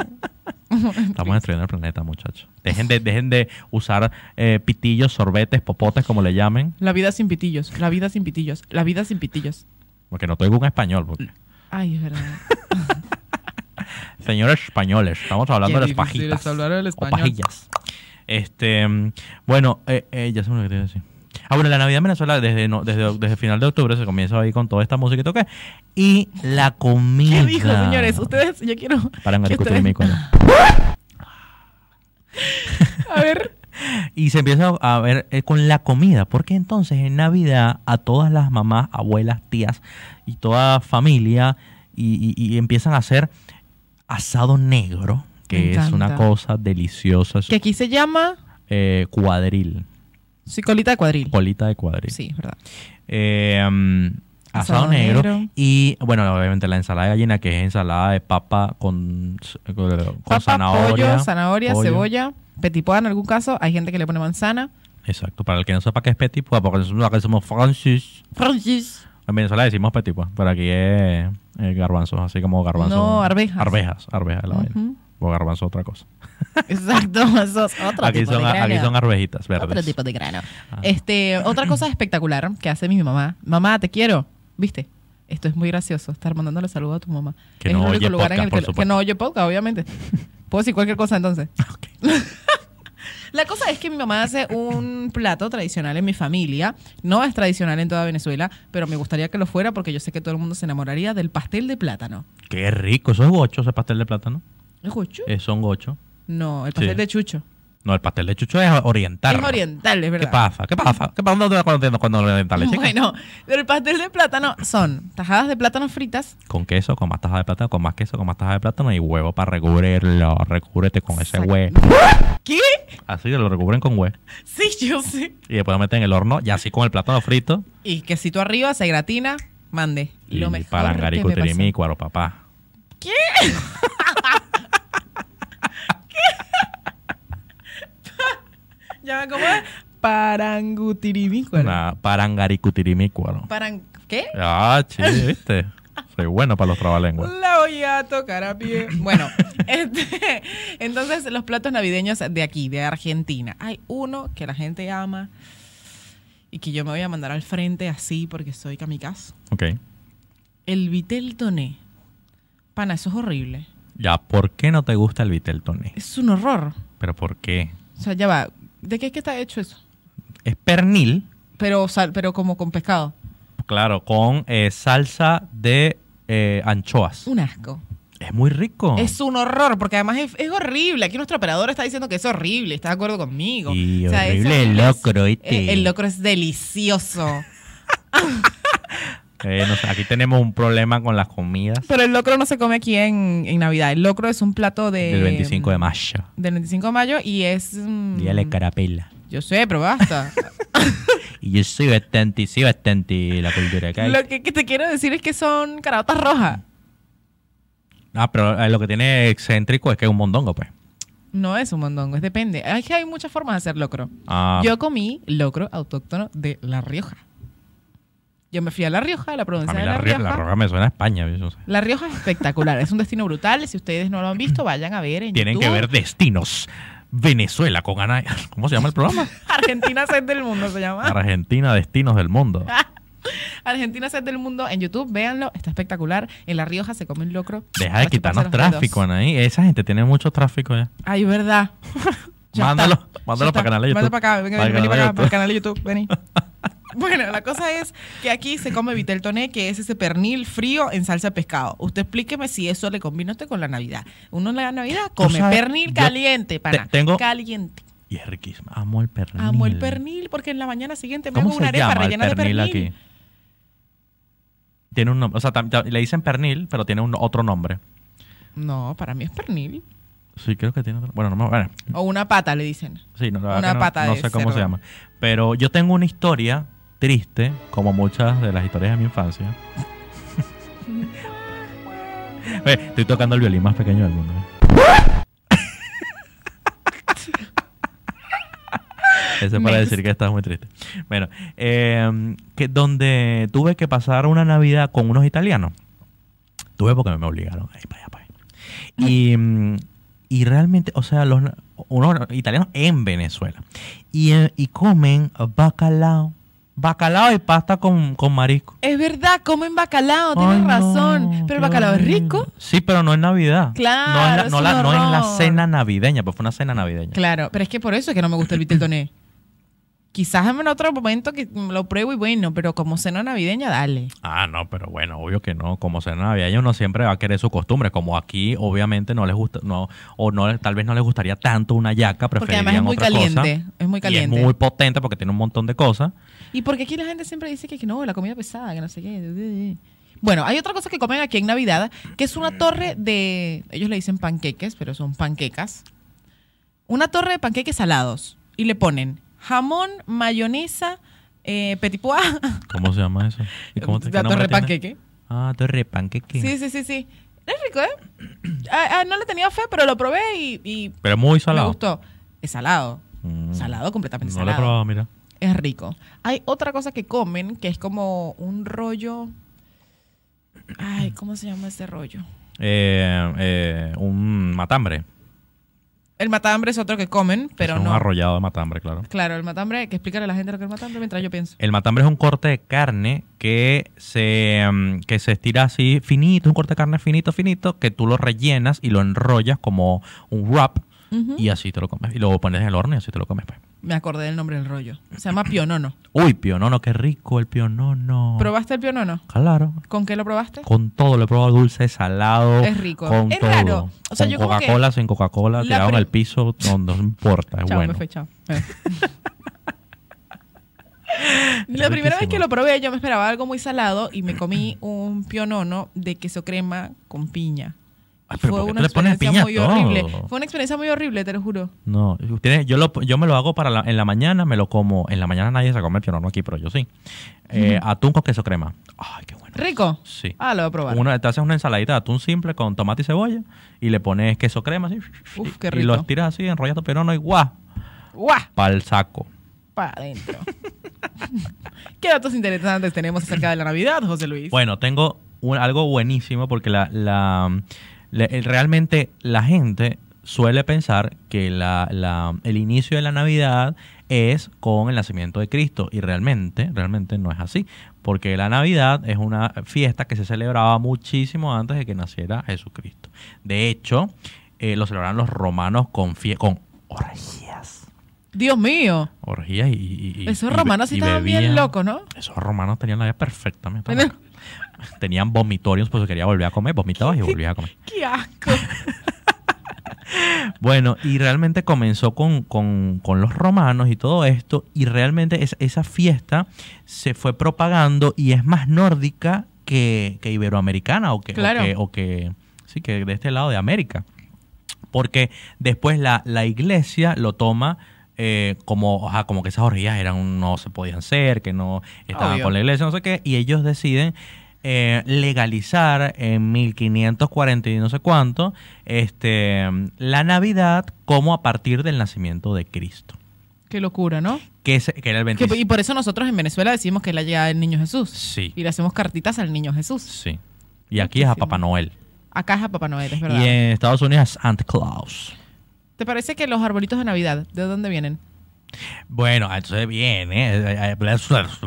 S1: Estamos destruyendo el planeta, muchachos. Dejen de, dejen de usar eh, pitillos, sorbetes, popotes, como le llamen.
S2: La vida sin pitillos, la vida sin pitillos, la vida sin pitillos.
S1: Porque no tengo un español. porque-
S2: Ay, es verdad.
S1: <laughs> Señores españoles, estamos hablando
S2: Qué
S1: de las
S2: difícil es
S1: pajitas.
S2: hablar el
S1: o
S2: español.
S1: pajillas. Este, mm, bueno, eh, eh, ya se me olvidó lo que te iba a decir. Ah, bueno, la Navidad en Venezuela desde, no- desde, desde final de octubre se comienza ahí con toda esta música y toque. Y la comida.
S2: ¿Qué dijo, señores? Ustedes, yo quiero.
S1: Para no
S2: que
S1: discutir
S2: ustedes-
S1: mi cola.
S2: <laughs> A ver.
S1: Y se empieza a ver eh, con la comida, porque entonces en Navidad a todas las mamás, abuelas, tías y toda familia y, y- y empiezan a hacer asado negro,
S2: Me
S1: que es una
S2: encanta.
S1: cosa deliciosa, es,
S2: Que aquí se llama.
S1: eh, cuadril,
S2: Sí, colita de cuadril.
S1: colita de cuadril.
S2: Sí, es verdad.
S1: Eh, mm, asado,
S2: Asado
S1: negro,
S2: negro.
S1: y bueno, obviamente la ensalada de gallina, que es ensalada de papa con, eh, con
S2: Papa,
S1: zanahoria.
S2: pollo, zanahoria,
S1: pollo.
S2: cebolla, petit pois en algún caso. Hay gente que le pone manzana.
S1: Exacto, para el que no sepa qué es petit pois, porque nosotros acá somos francis.
S2: Francis.
S1: En Venezuela decimos petit pois, pero aquí es eh, garbanzos, así como garbanzos.
S2: No, arvejas.
S1: Arvejas, arvejas la vaina.
S2: Ujú.
S1: O garbanzo otra cosa.
S2: Exacto, <laughs> eso es otro
S1: Aquí
S2: tipo
S1: son,
S2: de grano.
S1: aquí son arvejitas verdes.
S2: Otro tipo de grano.
S1: Ah.
S2: Este, otra cosa espectacular que hace mi mamá. Mamá, te quiero. ¿Viste? Esto es muy gracioso, estar mandándole saludos a tu mamá.
S1: Que
S2: es
S1: no
S2: el único
S1: oye
S2: lugar
S1: podcast,
S2: en el
S1: por
S2: que, que
S1: supuesto.
S2: no oye podcast,
S1: <laughs>
S2: obviamente. Puedo decir cualquier cosa entonces. <laughs> La cosa es que mi mamá hace un plato tradicional en mi familia. No es tradicional en toda Venezuela, pero me gustaría que lo fuera porque yo sé que todo el mundo se enamoraría del pastel de plátano.
S1: Qué rico, eso es gocho, ese pastel de plátano.
S2: ¿Es gocho?
S1: Eh, son gocho.
S2: No, el pastel
S1: Sí.
S2: de chucho.
S1: No, el pastel de chucho es oriental.
S2: Es oriental, es
S1: ¿Qué
S2: verdad.
S1: pasa? ¿Qué pasa? ¿Qué pasa ¿Dónde cuando cuando oriental? chica?
S2: Bueno, pero el pastel de plátano son tajadas de plátano fritas,
S1: Con queso, con más taja de plátano, con más queso, con más taja de plátano y huevo para recubrirlo. Recúbrete con ese
S2: Exacto.
S1: huevo.
S2: <laughs> ¿Qué?
S1: Así lo recubren con huevo.
S2: Sí, yo sé.
S1: Y después lo meten en el horno y así con el plátano frito.
S2: Y quesito arriba, se gratina, mande.
S1: Y
S2: Lo mejor
S1: para
S2: que me pasó.
S1: Angaricuterimicuaro, papá.
S2: Ya me como parangutirimico.
S1: Una parangaricutirimicuaro.
S2: Paran ¿Qué?
S1: Ah, sí, viste. Soy bueno para los trabalenguas.
S2: La voy a tocar a pie.
S1: <laughs>
S2: Bueno, este, entonces los platos navideños de aquí, de Argentina. Hay uno que la gente ama y que yo me voy a mandar al frente así porque soy kamikaze.
S1: Ok.
S2: El vitel toné. Pana, eso es horrible.
S1: Ya, ¿por qué no te gusta el vitel, Tony?
S2: Es un horror.
S1: ¿Pero por qué?
S2: O sea, ya va. ¿De qué es que está hecho eso?
S1: Es pernil,
S2: Pero, sal, pero como con pescado.
S1: claro, con eh, salsa de eh, anchoas.
S2: Un asco.
S1: Es muy rico.
S2: Es un horror, porque además es, es horrible. Aquí nuestro operador está diciendo que es horrible. ¿Está de acuerdo conmigo?
S1: Y
S2: O sea, es
S1: horrible el
S2: horrible.
S1: locro, ¿oíste?
S2: Eh, El locro
S1: <laughs>
S2: es delicioso.
S1: Eh, no sé, aquí tenemos un problema con las comidas
S2: Pero el locro no se come aquí en, en Navidad. El locro es un plato de...
S1: del 25 de mayo.
S2: Del 25 de mayo y es... mm,
S1: Día de carapela.
S2: yo sé,
S1: <laughs>
S2: pero basta.
S1: Y yo soy bastante, sí, bastante la cultura que hay.
S2: Lo que, que te quiero decir es que son caraotas rojas.
S1: Ah, pero eh, lo que tiene excéntrico es que es un mondongo, pues.
S2: No es un mondongo, es depende. Es que hay muchas formas de hacer locro.
S1: Ah,
S2: Yo comí locro autóctono de La Rioja. Yo me fui a La Rioja, a la
S1: a
S2: provincia
S1: mí
S2: de
S1: la,
S2: La
S1: ri-
S2: Rioja.
S1: la roca me suena a España. yo no sé.
S2: La Rioja es espectacular, es un destino brutal. Si ustedes no lo han visto, vayan a ver en
S1: Tienen que
S2: YouTube. <laughs>
S1: ver destinos. Venezuela con <laughs>
S2: <laughs>
S1: Ana. ¿Cómo se llama el programa?
S2: Argentina es del mundo se llama. Ah,
S1: Argentina, destinos del mundo.
S2: Argentina Set del Mundo en YouTube, véanlo, está espectacular. En La Rioja se come un locro.
S1: Deja de
S2: Para
S1: quitarnos
S2: chuparse los
S1: tráfico,
S2: dedos.
S1: Anaí. Esa gente tiene mucho tráfico ya.
S2: Ay, verdad. Ya
S1: mándalo
S2: está, ya
S1: mándalo
S2: está.
S1: para canal de YouTube.
S2: Mándalo para acá, venga,
S1: Para
S2: vení, vení para acá, para
S1: YouTube.
S2: el canal de
S1: <laughs>
S2: YouTube, vení. Bueno, la cosa es que aquí se come vitel toné, que es ese pernil frío en salsa de pescado. Usted explíqueme si eso le combina a usted con la Navidad. Uno en la Navidad come
S1: sabes,
S2: pernil
S1: yo
S2: caliente, pana.
S1: te- tengo-
S2: Caliente.
S1: Y es riquísimo. Amo el pernil.
S2: Amo el pernil porque en la mañana siguiente me hago
S1: ¿Cómo
S2: una
S1: se
S2: arepa
S1: llama el
S2: rellena de
S1: pernil,
S2: pernil.
S1: aquí? Tiene un nombre. O sea, tam- tam- le dicen pernil, pero tiene un otro nombre.
S2: No, para mí es pernil.
S1: Sí, creo que tiene otro. Bueno, no me. Bueno,
S2: O una pata, le dicen.
S1: sí, no, la verdad
S2: Una
S1: que no-
S2: pata
S1: no
S2: de
S1: sé cómo se
S2: cerdo.
S1: llama. Pero yo tengo una historia triste, como muchas de las historias de mi infancia. Oye, Estoy tocando el violín más pequeño del mundo. ¿eh? Eso es para
S2: Next.
S1: decir que estás muy triste. Bueno, eh, que donde tuve que pasar una Navidad con unos italianos. Tuve porque me obligaron ahí para allá, para allá. Y, mm, y realmente, o sea, los na- unos italianos en Venezuela. Y, eh, y comen bacalao. Bacalao y pasta con, con marisco.
S2: Es verdad, comen bacalao, tienes
S1: Ay, no,
S2: razón. pero el
S1: qué
S2: bacalao es rico.
S1: horrible. Sí, pero no en Navidad.
S2: Claro,
S1: No en la,
S2: es
S1: no
S2: un
S1: la- no en la
S2: horror.
S1: cena navideña, pues fue una cena navideña.
S2: Claro, pero es que por eso es que no me gusta el vitel toné. Quizás en otro momento que lo pruebo y bueno, pero como cena navideña, dale.
S1: Ah, no, pero bueno, obvio que no. Como cena navideña uno siempre va a querer su costumbre. Como aquí, obviamente, no les gusta, no, o no, tal vez no les gustaría tanto una yaca,
S2: Porque
S1: preferirían
S2: además es muy
S1: otra
S2: caliente,
S1: cosa.
S2: es muy caliente.
S1: Y es muy potente porque tiene un montón de cosas.
S2: Y porque aquí la gente siempre dice que, que no, la comida pesada, que no sé qué. Bueno, hay otra cosa que comen aquí en Navidad, que es una torre de, ellos le dicen panqueques, pero son panquecas. Una torre de panqueques salados. Y le ponen jamón, mayonesa, eh, petit pois,
S1: ¿Cómo se llama eso? ¿Y cómo te- qué
S2: <laughs> la
S1: nombre
S2: torre de
S1: tiene?
S2: panqueque.
S1: Ah, torre panqueque.
S2: Sí, sí, sí, sí. Es rico, ¿eh? <clears throat> Ah, ah, no le tenía fe, pero lo probé y, y
S1: Pero muy
S2: me
S1: salado.
S2: gustó. Es salado.
S1: Mm.
S2: Salado, completamente
S1: No lo he
S2: salado.
S1: probado, mira.
S2: Es rico. Hay otra cosa que comen que es como un rollo. Ay, ¿cómo se llama ese rollo?
S1: Eh, eh, un matambre.
S2: El matambre es otro que comen, pero
S1: es
S2: no.
S1: Un arrollado de matambre, claro.
S2: Claro, el matambre, que explicarle a la gente lo que es el matambre mientras yo pienso.
S1: El matambre es un corte de carne que se, mm, que se estira así finito, un corte de carne finito, finito, que tú lo rellenas y lo enrollas como un wrap
S2: Ujú.
S1: y así te lo comes. Y lo pones en el horno y así te lo comes. pues.
S2: Me acordé del nombre del rollo. Se llama pionono.
S1: Uy, pionono, qué rico el pionono.
S2: ¿Probaste el pionono?
S1: Claro.
S2: ¿Con qué lo probaste?
S1: Con todo, lo he probado dulce, salado.
S2: Es rico.
S1: Con
S2: Es
S1: todo.
S2: raro. O sea,
S1: Con
S2: yo como que-
S1: Coca-Cola, sin Coca-Cola,
S2: La
S1: tirado en
S2: pri-
S1: el piso, no, no importa, es
S2: chao,
S1: bueno.
S2: me
S1: <laughs>
S2: fui, chao. <laughs> Eh. La primera vez
S1: riquísimo.
S2: que lo probé, yo me esperaba algo muy salado y me comí un pionono de queso crema con piña.
S1: Ay, Ah, pero
S2: Fue
S1: ¿por qué
S2: una
S1: tú le pones
S2: experiencia
S1: piña a
S2: muy horrible.
S1: todo?
S2: Fue una experiencia muy horrible, te lo juro.
S1: No, tiene- yo, lo, yo me lo hago para la- en la mañana, me lo como. En la mañana nadie se come el pionono aquí, pero yo sí. Eh, Atún con queso crema. Ay, qué bueno.
S2: ¿Rico?
S1: Sí.
S2: Ah, lo voy a probar.
S1: Una, te haces una ensaladita de atún simple con tomate y cebolla y le pones queso crema así.
S2: Uf, qué
S1: Y lo
S2: rico.
S1: estiras así, enrollas tu pionono y guau,
S2: ¡Guau!
S1: pa'l saco.
S2: Para adentro.
S1: <laughs>
S2: ¿Qué datos interesantes tenemos acerca de la Navidad, José Luis?
S1: Bueno, tengo un- algo buenísimo porque la, la- le- el- realmente la gente suele pensar que la- la- el inicio de la Navidad es con el nacimiento de Cristo y realmente, realmente no es así, porque la Navidad es una fiesta que se celebraba muchísimo antes de que naciera Jesucristo. De hecho, eh, lo celebraban los romanos con, fie- con orgías.
S2: Dios mío.
S1: Orgías y... y- y-
S2: Esos
S1: y-
S2: romanos sí
S1: y
S2: estaban bien
S1: bebían.
S2: locos, ¿no?
S1: Esos romanos tenían la vida perfecta. mira,
S2: Bueno.
S1: acá. <laughs> Tenían vomitoriums, pues quería volver a comer, vomitabas y volvías a comer. <laughs>
S2: ¡Qué asco!
S1: Bueno, y realmente comenzó con, con- con los romanos y todo esto, y realmente es- esa fiesta se fue propagando y es más nórdica que, que iberoamericana o que, o
S2: Claro.
S1: que- o que- sí, que de este lado de América. Porque después la, la iglesia lo toma eh, como, ajá, como que esas orgías eran, no se podían ser, que no estaban
S2: Obvio.
S1: con la iglesia, no sé qué, y ellos deciden eh, legalizar en 1540 y no sé cuánto este, la Navidad como a partir del nacimiento de Cristo,
S2: ¡Qué locura, ¿no?
S1: que, se- que era el
S2: Que-
S1: 25.
S2: y por eso nosotros en Venezuela decimos que es la llegada del niño Jesús.
S1: Sí.
S2: Y le hacemos cartitas al niño Jesús.
S1: Sí. Y aquí es a
S2: Muchísimo.
S1: Papá Noel.
S2: Acá es a Papá Noel, es verdad.
S1: Y en Estados Unidos es Santa Claus.
S2: ¿Te parece que los arbolitos de Navidad, de dónde vienen?
S1: Bueno, entonces viene. eh,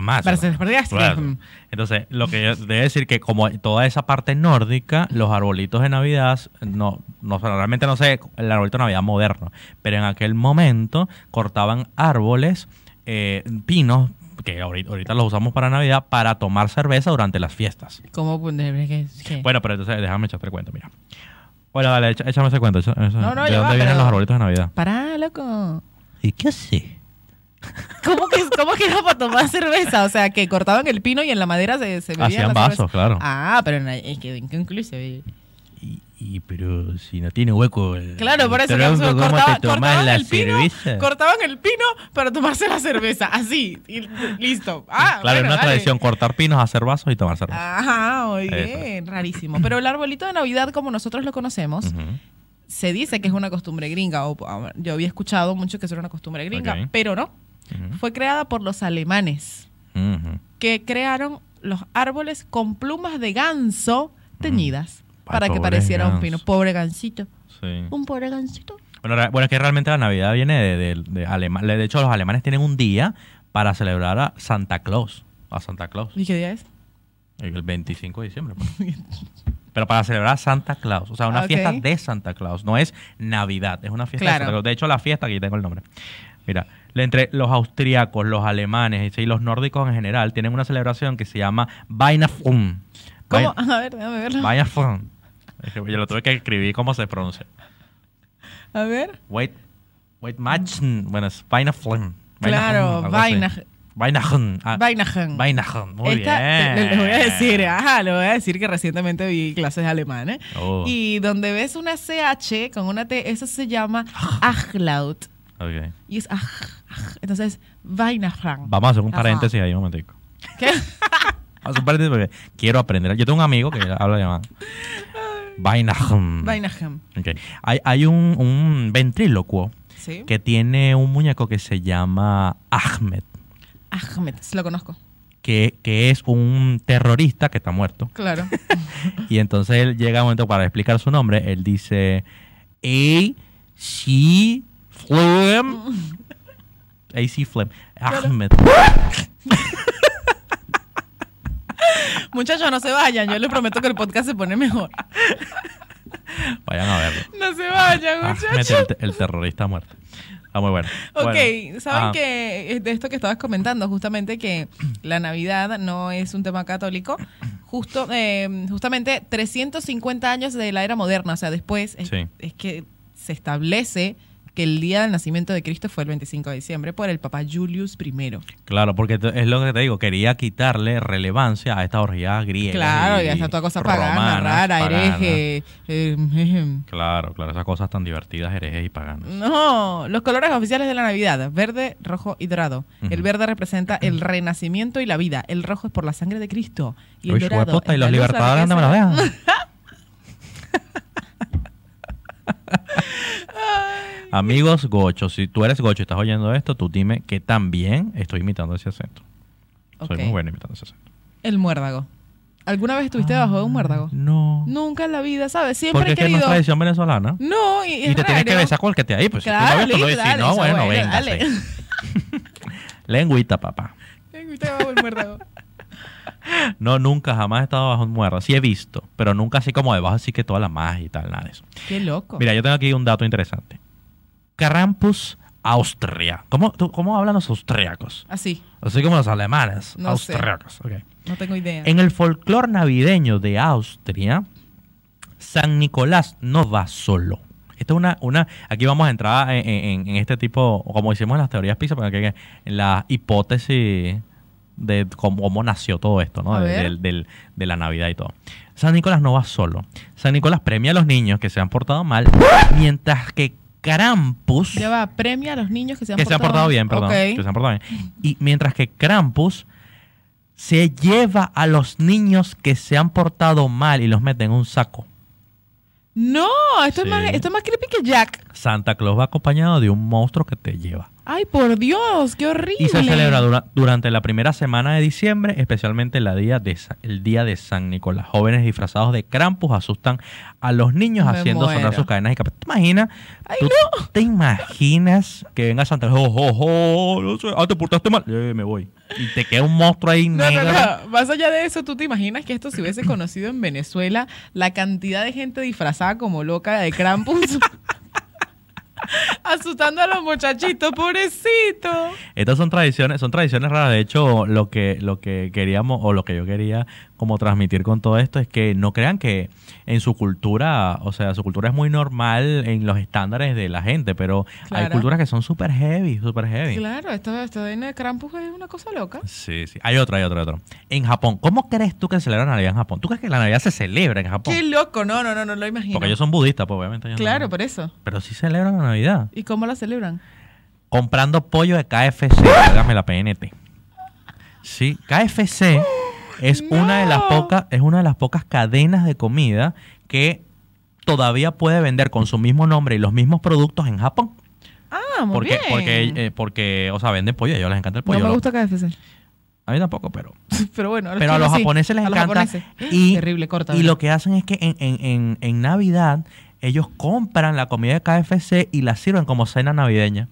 S1: Más.
S2: mm.
S1: Entonces, lo que yo debo decir que como toda esa parte nórdica, los arbolitos de Navidad, no, no realmente no sé el arbolito de Navidad moderno, pero en aquel momento cortaban árboles, eh, pinos, que ahorita, ahorita los usamos para Navidad, para tomar cerveza durante las fiestas.
S2: ¿Cómo? ¿Qué? ¿Qué?
S1: Bueno, pero entonces déjame echarte el cuento, mira. Bueno, dale, echa- échame ese cuento. echa- ese-
S2: No, no,
S1: ¿De
S2: ya
S1: dónde
S2: va,
S1: vienen
S2: pero-
S1: los arbolitos de Navidad?
S2: Pará, loco.
S1: ¿Y qué así?
S2: ¿Cómo que, ¿Cómo que era para tomar cerveza? O sea, que cortaban el pino y en la madera se, se bebían
S1: Hacían
S2: la
S1: vasos,
S2: cerveza.
S1: claro.
S2: Ah, pero en la- es que en qué incluso se ve.
S1: Y, y pero si no tiene hueco el
S2: Claro,
S1: el
S2: por eso
S1: tronco,
S2: Ganso,
S1: ¿cómo
S2: cortaba-
S1: te tomas
S2: cortaban,
S1: la
S2: el pino,
S1: cerveza?
S2: cortaban el pino para tomarse la cerveza, así, y listo. Ah, <laughs>
S1: claro, es
S2: bueno,
S1: una
S2: dale.
S1: tradición cortar pinos, hacer vasos y tomar cerveza.
S2: Ajá, muy
S1: Ahí está.
S2: bien, rarísimo. Pero el arbolito de Navidad, como nosotros lo conocemos,
S1: Ujú.
S2: se dice que es una costumbre gringa. O, o- yo había escuchado mucho que eso era una costumbre gringa,
S1: Ok.
S2: pero no. Fue creada por los alemanes,
S1: Ujú. Ujú.
S2: que crearon los árboles con plumas de ganso teñidas
S1: Ay,
S2: para que
S1: pobre
S2: pareciera un
S1: ganso.
S2: pino. Pobre gansito.
S1: Sí.
S2: Un pobre gansito.
S1: Bueno, ra- bueno, es que realmente la Navidad viene de, de, de Alema- De hecho, los alemanes tienen un día para celebrar a Santa Claus. A Santa Claus.
S2: ¿Y qué día es?
S1: El 25 de diciembre.
S2: <laughs>
S1: pues. Pero para celebrar a Santa Claus. O sea, una
S2: Ah, Ok.
S1: fiesta de Santa Claus. No es Navidad, es una fiesta de
S2: Claro.
S1: Santa Claus. De hecho, la fiesta, aquí tengo el nombre. Mira, le- entre los austríacos, los alemanes y los nórdicos en general tienen una celebración que se llama Weihnachten.
S2: ¿Cómo? <laughs>
S1: Weih-
S2: A ver, déjame verlo.
S1: Weihnachten. Es que Yo lo tuve que escribir cómo se pronuncia.
S2: A ver.
S1: Wait, wait, Matchen. Bueno, es Weihnachten.
S2: Claro,
S1: Weihnachten. algo así.
S2: Weihnachten.
S1: Weihnachten. Ah,
S2: Weihnachten.
S1: Weihnachten. Muy
S2: Esta-
S1: bien.
S2: le- Les voy a decir, ¿ah? ajá, les voy a decir que recientemente vi clases de alemán, ¿eh?
S1: Oh.
S2: Y donde ves una CH con una T, eso se llama Achlaut.
S1: Ok.
S2: Y es aj, aj. Entonces, Weihnachten.
S1: Vamos a hacer un
S2: Ajá.
S1: paréntesis ahí un momentico.
S2: ¿Qué?
S1: Vamos a hacer un paréntesis porque quiero aprender. Yo tengo un amigo que habla alemán. Weihnachten.
S2: Weihnachten.
S1: Ok. Hay, hay un, un ventrílocuo
S2: ¿Sí?
S1: que tiene un muñeco que se llama Ahmed,
S2: Ahmed, sí lo conozco.
S1: que, que es un terrorista que está muerto.
S2: Claro. <laughs>
S1: Y entonces él llega un momento para explicar su nombre. Él dice A C Flem. A C Flem. Ah, Ahmed.
S2: Muchachos, no se vayan. Yo les prometo que el podcast se pone mejor. <laughs>
S1: Vayan a verlo.
S2: No se vayan,
S1: Ah,
S2: muchachos.
S1: mete el, te- el terrorista muerto. Está muy bueno.
S2: Ok,
S1: Bueno,
S2: saben
S1: ah,
S2: que eh, de esto que estabas comentando, justamente que la Navidad no es un tema católico, justo, eh, justamente 350 años de la era moderna, o sea, después es,
S1: Sí.
S2: es que se establece que el día del nacimiento de Cristo fue el 25 de diciembre por el Papa Julius I.
S1: Claro, porque te- es lo que te digo, quería quitarle relevancia a esta orgía griega.
S2: Claro, y hasta toda cosa pagana,
S1: romanas,
S2: rara,
S1: paganas.
S2: hereje. eh, ejem.
S1: Claro, claro, esas cosas tan divertidas, herejes y paganas.
S2: No, los colores oficiales de la Navidad, verde, rojo y dorado.
S1: Ujú.
S2: El verde representa el renacimiento y la vida. El rojo es por la sangre de Cristo. Y el
S1: Uy,
S2: dorado
S1: hueputa,
S2: es
S1: y los
S2: la luz, la
S1: libertadores, ¿dónde me
S2: riqueza.
S1: los
S2: <laughs>
S1: dejan? Amigos gochos, si tú eres gocho y estás oyendo esto, tú dime que también estoy imitando ese acento.
S2: Ok.
S1: Soy muy bueno imitando ese acento.
S2: El muérdago. ¿Alguna vez estuviste debajo de un muérdago?
S1: Ah, No.
S2: Nunca en la vida, ¿sabes? Siempre
S1: porque
S2: he
S1: es que no es
S2: querido.
S1: tradición venezolana.
S2: No, y,
S1: Y,
S2: es
S1: te tienes que
S2: raro.
S1: besar con el que te ahí, pues
S2: Claro,
S1: si tú lo ves, tú lo
S2: listo,
S1: dices,
S2: dale,
S1: no, bueno,
S2: bueno,
S1: venga.
S2: dale. <laughs>
S1: Lengüita, papá.
S2: Ay, me estaba bajo el muérdago.
S1: No, nunca, jamás he estado bajo un muerto. Sí he visto, pero nunca así como debajo, así que toda la magia y tal, nada de eso.
S2: Qué loco.
S1: Mira, yo tengo aquí un dato interesante. Krampus, Austria. ¿Cómo, tú- cómo hablan los austriacos?
S2: Así,
S1: Así como los alemanes.
S2: No sé.
S1: austriacos. ok.
S2: no tengo idea.
S1: En el folclore navideño de Austria, San Nicolás no va solo. Esto es una, una, aquí vamos a entrar en, en- en este tipo, como hicimos en las teorías PISA, pero que- en la hipótesis de cómo, cómo nació todo esto, ¿no?
S2: A
S1: De,
S2: ver.
S1: del- del- de la Navidad y todo. San Nicolás no va solo. San Nicolás premia a los niños que se han portado mal, mientras que Krampus
S2: Ya va, premia a los niños que se han
S1: que se han
S2: portado,
S1: portado bien, perdón.
S2: Ok.
S1: Que se han portado bien. Y mientras que Krampus se lleva a los niños que se han portado mal y los mete en un saco.
S2: No, esto,
S1: Sí.
S2: es más, esto es más creepy que Jack.
S1: Santa Claus va acompañado de un monstruo que te lleva.
S2: Ay, por Dios, qué horrible.
S1: Y se celebra dura- durante la primera semana de diciembre, especialmente la día de Sa- el día de San Nicolás. Jóvenes disfrazados de Krampus asustan a los niños
S2: Me
S1: haciendo sonar
S2: muero.
S1: sus cadenas y capas. ¿Te imaginas?
S2: Ay,
S1: ¿Tú te imaginas que venga Santa Claus? "Oh, oh, oh, no sé, ah, te portaste mal. Eh, me voy. Y te queda un monstruo ahí
S2: No, no,
S1: negro.
S2: no. Más allá de eso, ¿tú te imaginas que esto se hubiese conocido en Venezuela? La cantidad de gente disfrazada como loca de Krampus. <laughs> Asustando a los muchachitos, pobrecito.
S1: Estas son tradiciones, son tradiciones raras. De hecho, lo que, lo que queríamos, o lo que yo quería como transmitir con todo esto, es que no crean que en su cultura, o sea, su cultura es muy normal en los estándares de la gente, pero hay
S2: Claro.
S1: culturas que son súper heavy, súper heavy.
S2: Claro, esto, esto de Krampus es una cosa loca.
S1: Sí, sí. Hay otra, hay otra, hay otra. En Japón, ¿cómo crees tú que se celebra la Navidad en Japón? ¿Tú crees que la Navidad se celebra en Japón?
S2: Qué loco, no, no, no, no lo imagino.
S1: Porque ellos son budistas, pues obviamente. ellos no-
S2: Claro, por eso.
S1: Pero sí celebran la Navidad.
S2: ¿Y cómo la celebran?
S1: comprando pollo de KFC. Hágame la PNT. Sí, KFC es
S2: No.
S1: una de las pocas, es una de las pocas cadenas de comida que todavía puede vender con su mismo nombre y los mismos productos en Japón.
S2: Ah, muy
S1: porque,
S2: bien.
S1: porque, eh, porque, o sea, venden pollo, a ellos les encanta el pollo.
S2: no me
S1: ¿no?
S2: gusta KFC.
S1: A mí tampoco, pero.
S2: <laughs> Pero bueno, ahora
S1: Pero a
S2: estoy
S1: los
S2: así.
S1: japoneses les
S2: A los
S1: encanta.
S2: japoneses.
S1: Y,
S2: Terrible, corta.
S1: y
S2: ¿verdad?
S1: lo que hacen es que en, en- en- en Navidad ellos compran la comida de KFC y la sirven como cena navideña.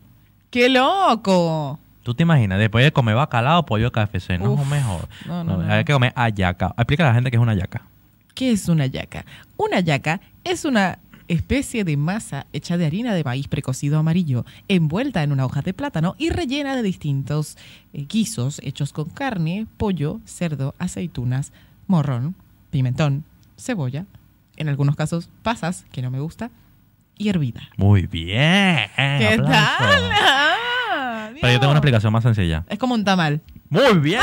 S2: ¡Qué loco!
S1: ¿Tú te imaginas? Después de comer bacalao, pollo, KFC. No,
S2: Uf,
S1: mejor.
S2: no, no, no.
S1: Hay que comer ayaca. Explica a la gente que es una ayaca.
S2: ¿Qué es una yaca? Una yaca es una especie de masa hecha de harina de maíz precocido amarillo, envuelta en una hoja de plátano y rellena de distintos eh, guisos hechos con carne, pollo, cerdo, aceitunas, morrón, pimentón, cebolla, en algunos casos pasas, que no me gusta, y hervida.
S1: Muy bien.
S2: ¿Qué
S1: Eh, aplauso.
S2: tal? Ah,
S1: Pero yo tengo una
S2: Dios.
S1: explicación más sencilla.
S2: Es como
S1: <laughs>
S2: un tamal.
S1: Muy
S2: <laughs>
S1: bien.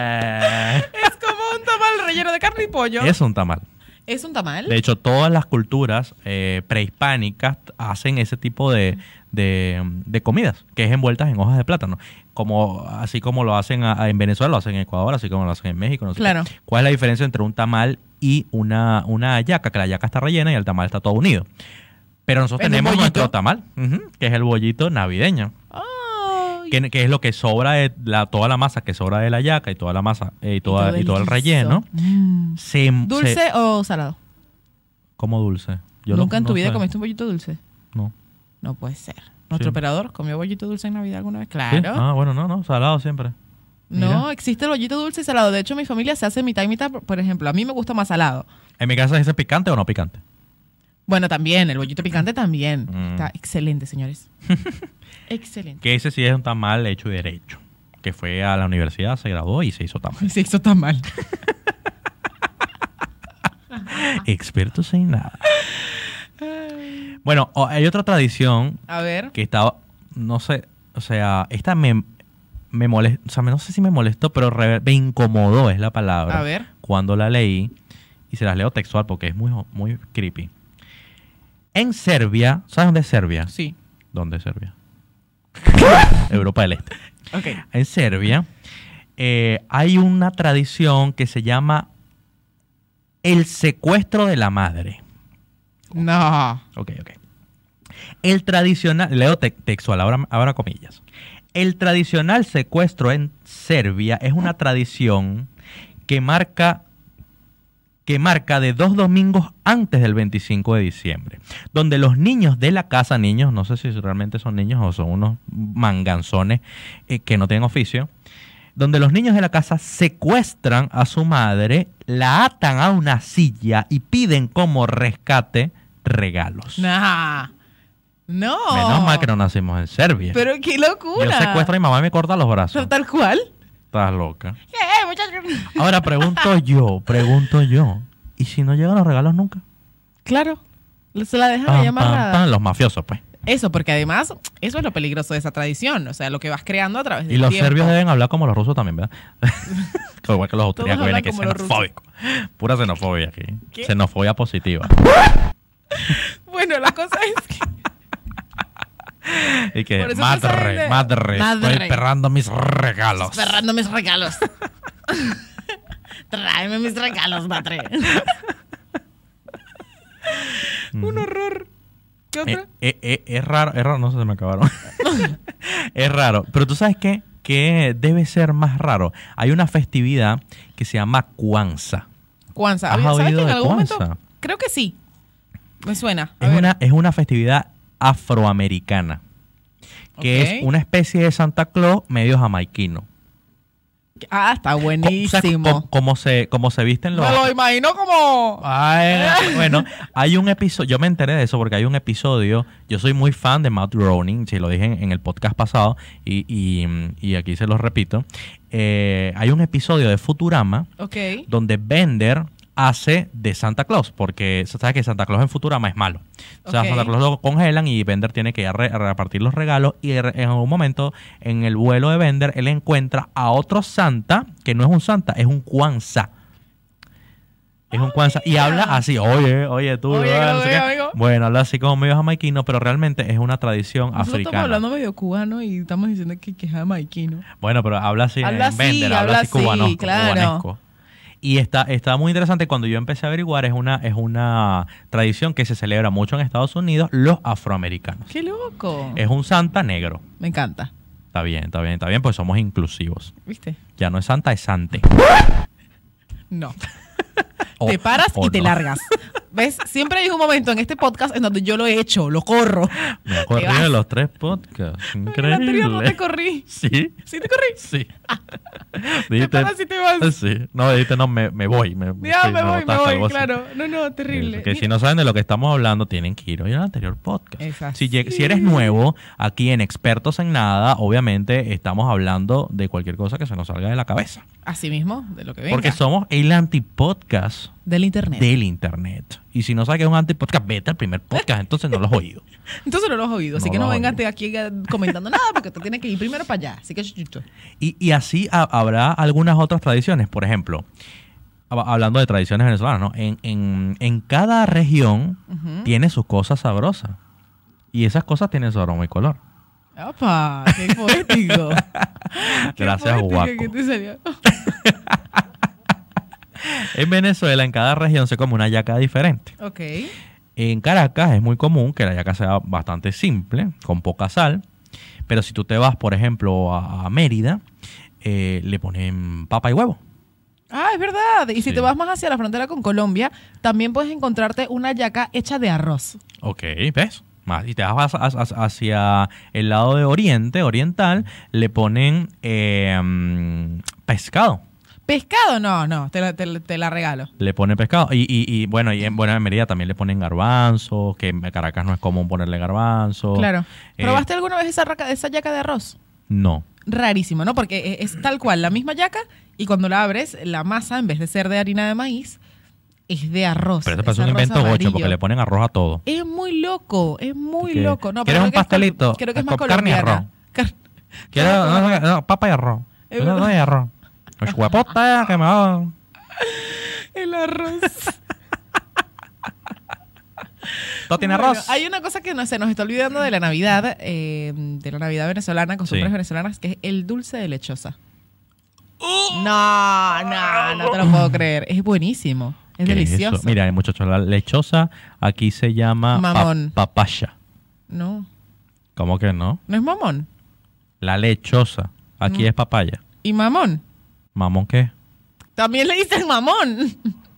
S2: Es como un tamal relleno de carne y pollo.
S1: es un tamal.
S2: ¿Es un tamal?
S1: De hecho, todas las culturas eh, prehispánicas hacen ese tipo de, de- de comidas, que es envueltas en hojas de plátano. Como, así como lo hacen a- a- en Venezuela, lo hacen en Ecuador, así como lo hacen en México. No sé
S2: Claro.
S1: qué. ¿Cuál es la diferencia entre un tamal y una, una hallaca? Que la hallaca está rellena y el tamal está todo unido. Pero nosotros
S2: Es un
S1: tenemos
S2: bollito.
S1: nuestro tamal, ujú, que es el bollito navideño,
S2: Ay,
S1: que, que es lo que sobra de la, toda la masa que sobra de la hallaca y toda la masa eh, y, toda,
S2: todo
S1: y todo el
S2: guiso.
S1: relleno.
S2: Mm.
S1: Se- se-
S2: ¿Dulce o salado?
S1: ¿Cómo dulce? lo-
S2: Nunca en tu
S1: no
S2: vida
S1: sé.
S2: comiste un bollito dulce.
S1: No.
S2: No puede ser. Nuestro
S1: Sí.
S2: operador comió bollito dulce en Navidad alguna vez.
S1: ¿Sí?
S2: Claro.
S1: Ah, bueno, no, no, salado siempre.
S2: no,
S1: Mira.
S2: existe el bollito dulce y salado. De hecho, mi familia se hace mitad y mitad. Por ejemplo, a mí me gusta más salado.
S1: En mi casa dice picante o no picante.
S2: Bueno, también, el bollito picante también.
S1: Mm.
S2: Está excelente, señores.
S1: <laughs>
S2: excelente. <laughs>
S1: Que ese sí es un tamal hecho y derecho. Que fue a la universidad, se graduó y se hizo <laughs> tamal.
S2: Se hizo tan mal.
S1: Expertos en nada. Bueno, o- hay otra tradición
S2: A ver.
S1: que estaba, no sé, o sea, esta me, me molestó, o sea, no sé si me molestó, pero re- me incomodó es la palabra.
S2: A ver.
S1: Cuando la leí, y se las leo textual porque es muy, muy creepy. En Serbia, ¿sabes dónde es Serbia?
S2: Sí.
S1: ¿Dónde es Serbia? Europa del Este.
S2: Ok.
S1: En Serbia eh, hay una tradición que se llama el secuestro de la madre.
S2: No.
S1: Ok, ok. El tradicional, leo te- textual, ahora, ahora comillas. El tradicional secuestro en Serbia es una tradición que marca que marca de dos domingos antes del 25 de diciembre, donde los niños de la casa, niños, no sé si realmente son niños o son unos manganzones eh, que no tienen oficio, donde los niños de la casa secuestran a su madre, la atan a una silla y piden como rescate regalos.
S2: Nah. No.
S1: Menos mal que no nacimos en Serbia.
S2: Oh. Pero qué
S1: Yo
S2: locura.
S1: secuestro a mi mamá y me corta los brazos.
S2: Pero Tal cual.
S1: Estás loca.
S2: ¿Qué, muchachos?
S1: Ahora pregunto yo, pregunto yo. ¿Y si no llegan los regalos nunca?
S2: Claro. Se la dejan
S1: Pam,
S2: ahí amarrada.
S1: pam, pam, los mafiosos, pues.
S2: Eso, porque además, eso es lo peligroso de esa tradición. O sea, lo que vas creando a través del
S1: Y los
S2: tiempo.
S1: serbios deben hablar como los rusos también,
S2: <laughs>
S1: ¿verdad? Como Igual que los austríacos,
S2: hablan
S1: vienen que
S2: como los rusos.
S1: xenofóbico. Pura xenofobia aquí.
S2: ¿Qué?
S1: Xenofobia positiva.
S2: Bueno, la cosa es
S1: <laughs>
S2: que...
S1: Y que,
S2: Por eso no saben
S1: madre,
S2: de-
S1: madre,
S2: Madre.
S1: estoy perrando mis regalos.
S2: Cerrando mis regalos. <laughs> Tráeme mis regalos, madre. Un horror. ¿Qué
S1: Eh,
S2: otra?
S1: eh, eh, es raro, es raro, no sé, se me
S2: <laughs>
S1: acabaron. es raro. Pero tú sabes qué? que debe ser más raro. Hay una festividad que se llama Kwanzaa.
S2: Cuanza.
S1: ¿Has
S2: Ah, ¿Sabes que
S1: oído
S2: en
S1: de
S2: algún momento?
S1: Kwanzaa?
S2: Creo que sí. Me suena. A
S1: Es
S2: ver.
S1: una, es una festividad afroamericana. Que
S2: Ok.
S1: es una especie de Santa Claus medio jamaiquino.
S2: Ah, está
S1: Co- o sea, co-
S2: buenísimo.
S1: como se, como se visten los.
S2: Me lo imagino como...
S1: Ah. Ay, bueno, hay un episodio, yo me enteré de eso porque hay un episodio, yo soy muy fan de Matt Groening, si lo dije en, en el podcast pasado y, y- y aquí se los repito, Eh, hay un episodio de Futurama
S2: Ok.
S1: donde Bender hace de Santa Claus, porque sabes que Santa Claus en Futurama es malo. O sea,
S2: Ok.
S1: Santa Claus lo congelan y Bender tiene que ir a re- a repartir los regalos y de re- en algún momento en el vuelo de Bender él encuentra a otro Santa, que no es un Santa, es un Kwanzaa. Es un Kwanzaa. Y habla así, oye, oye tú.
S2: Oye,
S1: ah, no sé
S2: oye,
S1: qué".
S2: amigo.
S1: Bueno, habla así como medio jamaiquino, pero realmente es una tradición
S2: Nosotros estamos
S1: africana.
S2: hablando medio cubano y estamos diciendo que, que es jamaiquino.
S1: Bueno, pero habla así
S2: Habla
S1: en
S2: así,
S1: Bender, habla,
S2: habla
S1: así cubano,
S2: así, claro.
S1: cubanesco. Y está, está muy interesante cuando yo empecé a averiguar, es una, es una tradición que se celebra mucho en Estados Unidos, los afroamericanos.
S2: ¡Qué loco!
S1: Es un santa negro.
S2: Me encanta.
S1: Está bien, está bien, está bien, pues somos inclusivos.
S2: ¿Viste?
S1: Ya no es santa, es sante.
S2: No.
S1: O-
S2: te paras
S1: o
S2: y te
S1: no.
S2: largas. ¿Ves? Siempre hay un momento en este podcast en donde yo lo he hecho, lo corro.
S1: Me he
S2: Te vas.
S1: corrido de los tres podcasts.
S2: En el
S1: Increíble.
S2: anterior no te corrí.
S1: <laughs> Sí,
S2: Sí te corrí.
S1: sí.
S2: <laughs> Te paras y te vas.
S1: sí. No, dijiste, no, me, me voy. Me,
S2: Ya,
S1: sí,
S2: me voy, me
S1: botaste, algo
S2: voy,
S1: así.
S2: claro. No, no, terrible.
S1: Que si
S2: Mira,
S1: no saben de lo que estamos hablando, tienen que ir hoy al anterior podcast.
S2: Es así.
S1: Si, lleg- si eres nuevo aquí en Expertos en Nada, obviamente estamos hablando de cualquier cosa que se nos salga de la cabeza.
S2: Así mismo, de lo que venga.
S1: Porque somos el antipodcast
S2: Del internet.
S1: del Internet. Y si no sabes que es un antipodcast, vete al primer podcast, entonces no lo has
S2: <laughs>
S1: oído.
S2: Entonces no lo has oído, así
S1: No
S2: que
S1: lo
S2: no
S1: has
S2: vengas
S1: oído.
S2: aquí eh, comentando nada porque te tienes que ir primero para allá. Así que chuchucho.
S1: Y, y así ha- habrá algunas otras tradiciones. Por ejemplo, hab- hablando de tradiciones venezolanas, ¿no? En, en- en cada región
S2: Ujú.
S1: tiene sus cosas sabrosas. Y esas cosas tienen su aroma y color.
S2: ¡Apa!
S1: <laughs>
S2: ¡Qué poético! Qué
S1: Gracias,
S2: poético
S1: guaco.
S2: que te salió.
S1: En Venezuela, en cada región se come una yaca diferente.
S2: Ok.
S1: En Caracas es muy común que la yaca sea bastante simple, con poca sal. Pero si tú te vas, por ejemplo, a, a Mérida, eh, le ponen papa y huevo.
S2: Ah, es verdad. Y si
S1: Sí.
S2: te vas más hacia la frontera con Colombia, también puedes encontrarte una yaca hecha de arroz.
S1: Ok, ¿ves? Más. Y te vas hacia, hacia- hacia el lado de Oriente, oriental, le ponen eh, mm, pescado.
S2: Pescado, no, no, te la, te la- te la regalo.
S1: Le ponen pescado. Y, y- y, bueno, y en, bueno, en Mérida también le ponen garbanzos, que en Caracas no es común ponerle garbanzos.
S2: Claro.
S1: Eh,
S2: ¿Probaste alguna vez esa, raca- esa yaca de arroz?
S1: No.
S2: Rarísimo, ¿no? Porque e, es, es tal cual, la misma yaca, y cuando la abres, la masa, en vez de ser de harina de maíz, es de arroz.
S1: Pero eso
S2: es
S1: parece un
S2: arroz
S1: invento gocho
S2: amarillo.
S1: porque le ponen arroz a todo.
S2: Es muy loco, es muy
S1: Que-
S2: loco. No,
S1: ¿Quieres
S2: pero creo
S1: un
S2: que es col-
S1: pastelito?
S2: Creo que es
S1: Con
S2: más
S1: carne y
S2: colombiana.
S1: arroz.
S2: Car- <laughs>
S1: Quiero no, no, no, papa y arroz.
S2: Es
S1: No, no
S2: verdad.
S1: hay arroz. Ay, huepota, que me va.
S2: El arroz.
S1: Todo <laughs> tiene
S2: Bueno,
S1: arroz.
S2: Hay una cosa que no, se nos está olvidando de la Navidad, eh, de la Navidad venezolana, costumbres
S1: Sí.
S2: venezolanas, que es el dulce de lechosa.
S1: ¡Oh!
S2: No, no, no te lo puedo creer. Es buenísimo. Es
S1: ¿Qué eso?
S2: delicioso.
S1: Mira, muchachos, la lechosa aquí se llama pa-
S2: Mamón.
S1: papaya.
S2: No,
S1: ¿Cómo que no?
S2: no es mamón.
S1: La lechosa. Aquí
S2: Mm.
S1: es papaya.
S2: Y mamón.
S1: ¿Mamón qué?
S2: También le dicen mamón.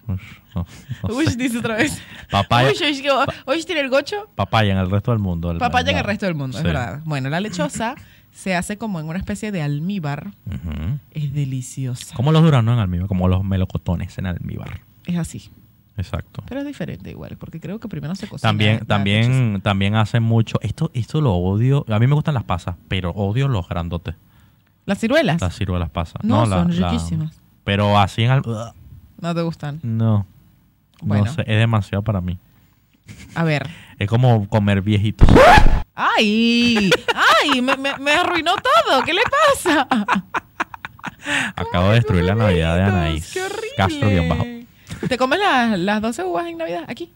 S1: Ush, no, no
S2: <laughs> Uy,
S1: sé.
S2: dice otra vez.
S1: Papaya,
S2: Uy, uy, uy, uy, tiene el gocho.
S1: papaya en el resto del mundo. el-
S2: Papaya en el resto del
S1: Sí.
S2: mundo, es verdad. Bueno, la lechosa <clears throat> se hace como en una especie de almíbar.
S1: Ujú.
S2: Es deliciosa.
S1: Como los duranos en almíbar, como los melocotones en almíbar.
S2: Es así.
S1: Exacto.
S2: Pero es diferente igual, porque creo que primero se cocina.
S1: También,
S2: la lechosa.
S1: también, también hacen mucho. Esto, esto lo odio. A mí me gustan las pasas, pero odio los grandotes.
S2: Las ciruelas.
S1: Las sirvo las pasas.
S2: Ah, No,
S1: la-
S2: son
S1: la-
S2: riquísimas.
S1: pero así en al... Ugh,
S2: No te gustan.
S1: No.
S2: Bueno.
S1: No sé, es demasiado para mí.
S2: A ver.
S1: Es como comer viejitos.
S2: ¡Ay! ¡Ay! Me, me- me arruinó todo. ¿Qué le pasa?
S1: Acabo de destruir la Navidad de Anaís.
S2: ¡Qué horrible!
S1: Castro guión bajo.
S2: ¿Te comes las, las 12 uvas en Navidad? Aquí.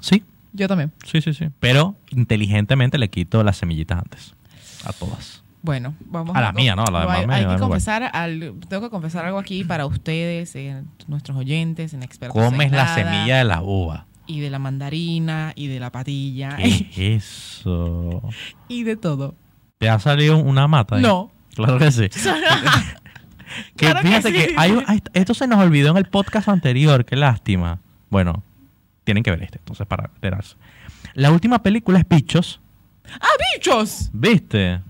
S1: Sí,
S2: Yo también.
S1: sí, sí, sí. Pero inteligentemente le quito las semillitas antes. A todas.
S2: Bueno, vamos
S1: A la mía, ¿no? A la de
S2: hay,
S1: mamá me
S2: hay
S1: da
S2: que
S1: igual.
S2: confesar, al- tengo que confesar algo aquí para ustedes, eh, nuestros oyentes, en expertos. en
S1: Comes la
S2: nada.
S1: semilla de la uva.
S2: y de la mandarina y de la patilla
S1: ¿Qué es eso?
S2: <laughs> y de todo.
S1: ¿Te ha salido una mata? ahí?
S2: No.
S1: Claro <laughs> que sí. Que
S2: Claro que
S1: fíjate que,
S2: sí.
S1: hay- hay- esto se nos olvidó en el podcast anterior, qué lástima. Bueno, tienen que ver este, entonces, para enterarse. La última película es Pichos,
S2: ¡Ah, bichos!
S1: ¿viste?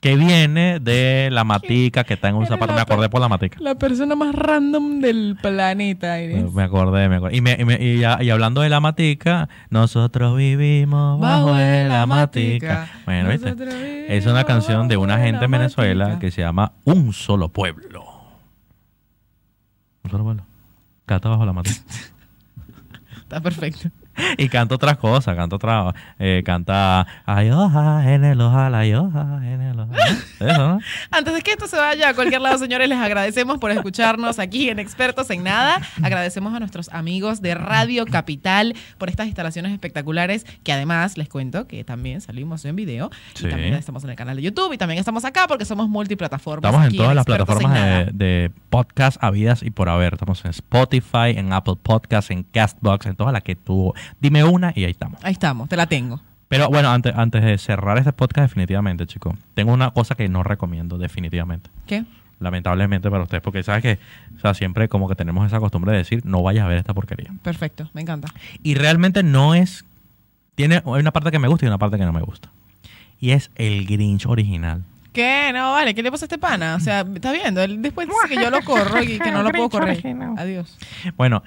S1: Que viene de la matica que está en un
S2: Eres
S1: zapato.
S2: la
S1: Me acordé
S2: pe-
S1: por la matica.
S2: La persona más random del planeta
S1: Eh,
S2: eres.
S1: Me acordé, me acordé. Y, me- y me- y ya- y hablando de la matica, nosotros vivimos bajo, de la matica. Bueno, ¿viste?
S2: Nosotros
S1: Es una
S2: vivimos
S1: canción de una
S2: bajo
S1: gente
S2: la
S1: en Venezuela
S2: matica.
S1: que se llama Un Solo Pueblo. Un solo pueblo. Canta bajo la matica.
S2: Está perfecto.
S1: y canta otras cosas, canta otra, eh, canta ay oja, en el ojalá, ay oja, en el ojalá. Eso, ¿no?
S2: Antes de que esto se vaya a cualquier lado, señores, les agradecemos por escucharnos aquí en Expertos en Nada. Agradecemos a nuestros amigos de Radio Capital por estas instalaciones espectaculares que además les cuento que también salimos en video
S1: Sí.
S2: <laughs> y también estamos en el canal de YouTube y también estamos acá porque somos multiplataformas.
S1: Estamos en
S2: aquí
S1: todas las
S2: Expertos en
S1: plataformas
S2: Nada.
S1: de, de podcast habidas y por haber. Estamos en Spotify, en Apple Podcasts, en Castbox, en todas las que tú. Dime una y ahí estamos.
S2: Ahí estamos, te la tengo.
S1: Pero bueno, antes, antes de cerrar este podcast, definitivamente, chicos, tengo una cosa que no recomiendo, definitivamente.
S2: ¿Qué?
S1: Lamentablemente para ustedes, porque sabes que o sea, siempre como que tenemos esa costumbre de decir, no vayas a ver esta porquería.
S2: Perfecto, me encanta.
S1: Y realmente no es. Tiene, hay una parte que me gusta y una parte que no me gusta. Y es el Grinch original.
S2: ¿Qué? No, vale, ¿qué le pasa a este pana? O sea, ¿estás viendo? Él después dice que yo lo corro y que no lo puedo correr. Adiós.
S1: Bueno,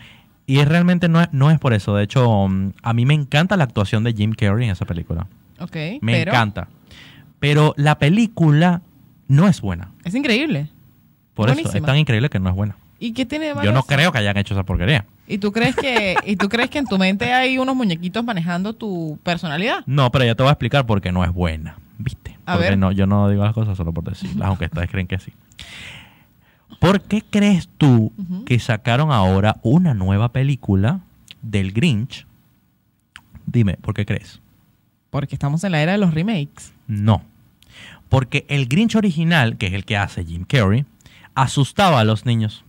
S1: y es realmente no es, no es por eso. De hecho, mm, a mí me encanta la actuación de Jim Carrey en esa película.
S2: Ok,
S1: Me
S2: pero
S1: encanta. Pero la película no es buena.
S2: es increíble.
S1: Por eso es
S2: Buenísima.
S1: tan increíble que no es buena.
S2: ¿Y qué tiene de malo
S1: Yo no
S2: eso?
S1: creo que hayan hecho esa porquería.
S2: ¿Y tú crees que y tú crees que en tu mente hay unos muñequitos manejando tu personalidad?
S1: No, pero ya te voy a explicar por qué no es buena. ¿Viste?
S2: A
S1: Porque
S2: ver.
S1: No, yo no digo las cosas solo por decirlas, aunque ustedes creen que sí. ¿Por qué crees tú
S2: Ujú.
S1: que sacaron ahora una nueva película del Grinch? Dime, ¿por qué crees?
S2: Porque estamos en la era de los remakes.
S1: No. Porque el Grinch original, que es el que hace Jim Carrey, asustaba a los niños.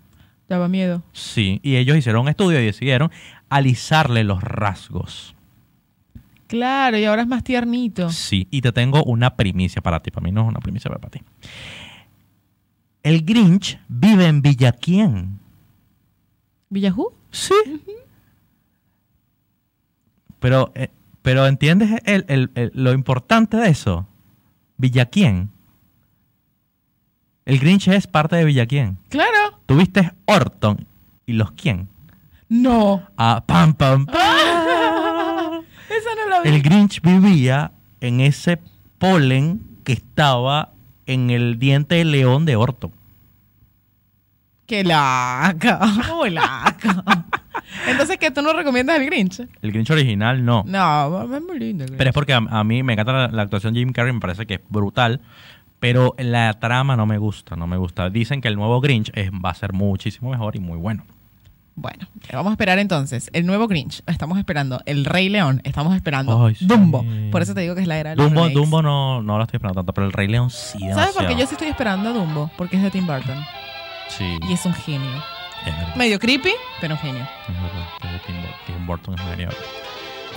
S2: Daba miedo.
S1: Sí, y ellos hicieron un estudio y decidieron alisarle los rasgos.
S2: Claro, y ahora es más tiernito.
S1: Sí, y te tengo una primicia para ti. Para mí no es una primicia, pero para ti. El Grinch vive en Villaquién.
S2: ¿Villajú?
S1: Sí. Pero, eh, pero ¿entiendes el- el- el- lo importante de eso? Villaquién. El Grinch es parte de Villaquién.
S2: Claro.
S1: Tuviste Orton y los quién.
S2: <laughs> No.
S1: Ah, pam, pam, pam.
S2: Ah. Esa no la vi.
S1: El Grinch vivía en ese polen que estaba en el diente de león de Orton.
S2: Qué laca. Muy laca. Entonces, ¿qué tú no recomiendas el Grinch?
S1: El Grinch original no.
S2: Mm. No, es muy lindo. el Grinch.
S1: Pero es porque a, a mí me encanta la, la actuación de Jim Carrey, me parece que es brutal. Pero la trama no me gusta, no me gusta. Dicen que el nuevo Grinch es- va a ser muchísimo mejor y muy bueno.
S2: Bueno, vamos a esperar entonces el nuevo Grinch. Estamos esperando el Rey León. Estamos esperando
S1: Ay, sí.
S2: Dumbo. Por eso te digo que es la era de los
S1: Dumbo,
S2: remakes.
S1: Dumbo no, no lo estoy esperando tanto, pero el Rey León sí.
S2: ¿Sabes por
S1: demasiado.
S2: qué yo sí estoy esperando a Dumbo? Porque es de Tim Burton.
S1: Sí.
S2: Y es un genio.
S1: es verdad.
S2: Medio creepy, pero un genio.
S1: Es verdad, es de Tim, Bur- Tim Burton es genial.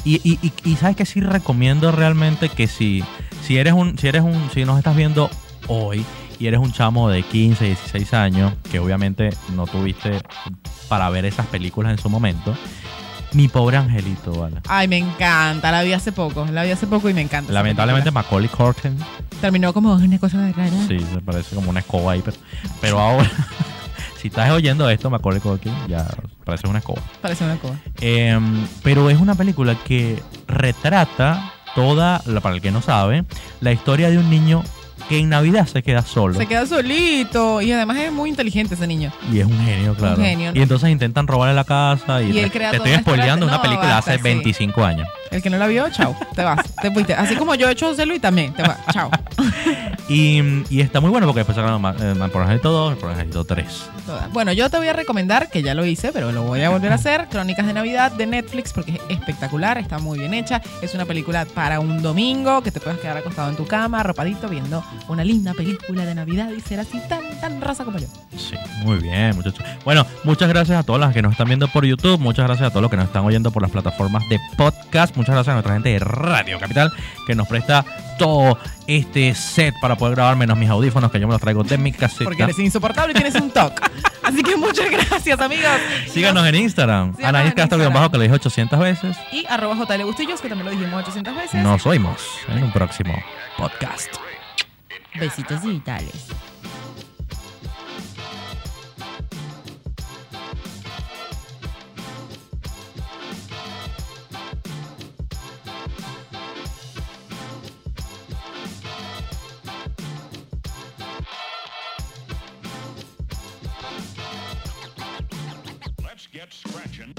S1: Y, y, y, y sabes que sí recomiendo realmente que si, si eres un, si eres un, si nos estás viendo hoy y eres un chamo de 15, 16 años, que obviamente no tuviste para ver esas películas en su momento, mi pobre angelito, ¿vale?
S2: Ay, me encanta. La vi hace poco. La vi hace poco y me encanta. esa
S1: Lamentablemente Macaulay Corkin,
S2: película. Terminó como una cosa de rara.
S1: sí, se parece como una escoba ahí, pero, pero ahora, <laughs> si estás oyendo esto, Macaulay Corkin, ya parece una escoba.
S2: Parece una cosa.
S1: Em, pero es una película que retrata toda, la- para el que no sabe, la historia de un niño que en Navidad se queda solo.
S2: Se queda solito. Y además es muy inteligente ese niño.
S1: Y es un genio, claro.
S2: genio, ¿no?
S1: Y entonces intentan robarle la casa. Y,
S2: Y él
S1: re-
S2: crea
S1: te
S2: toda
S1: estoy
S2: una historia-
S1: spoileando una
S2: no,
S1: película de
S2: basta,
S1: hace
S2: sí.
S1: 25 años.
S2: El que no la vio, chao. Te vas. Te fuiste. Así como yo he hecho José Luis también. Te vas. Chao.
S1: Y, y está muy bueno porque después sacaron Ma- eh, por Angelito 2, por Angelito 3.
S2: Todas. Bueno, yo te voy a recomendar, que ya lo hice, pero lo voy a volver a hacer, Crónicas de Navidad de Netflix, porque es espectacular, está muy bien hecha. Es una película para un domingo, que te puedes quedar acostado en tu cama, arropadito, viendo una linda película de Navidad y ser así tan, tan rosa como yo.
S1: Sí, Muy bien, muchachos. Bueno, muchas gracias a todas las que nos están viendo por YouTube. Muchas gracias a todos los que nos están oyendo por las plataformas de podcast. Muchas gracias a nuestra gente de Radio Capital que nos presta todo este set para poder grabar, menos mis audífonos que yo me los traigo de mi caseta.
S2: Porque eres insoportable y tienes un
S1: <laughs>
S2: toque. Así que muchas gracias, amigos.
S1: Síganos en Instagram.
S2: Síganos
S1: Anaís
S2: en
S1: Castro,
S2: Instagram.
S1: bajo, que le dije 800 veces.
S2: Y arroba JL Bustillos, que también lo dijimos 800 veces.
S1: Nos oímos en un próximo podcast.
S2: Besitos digitales.
S3: Let's get scratching.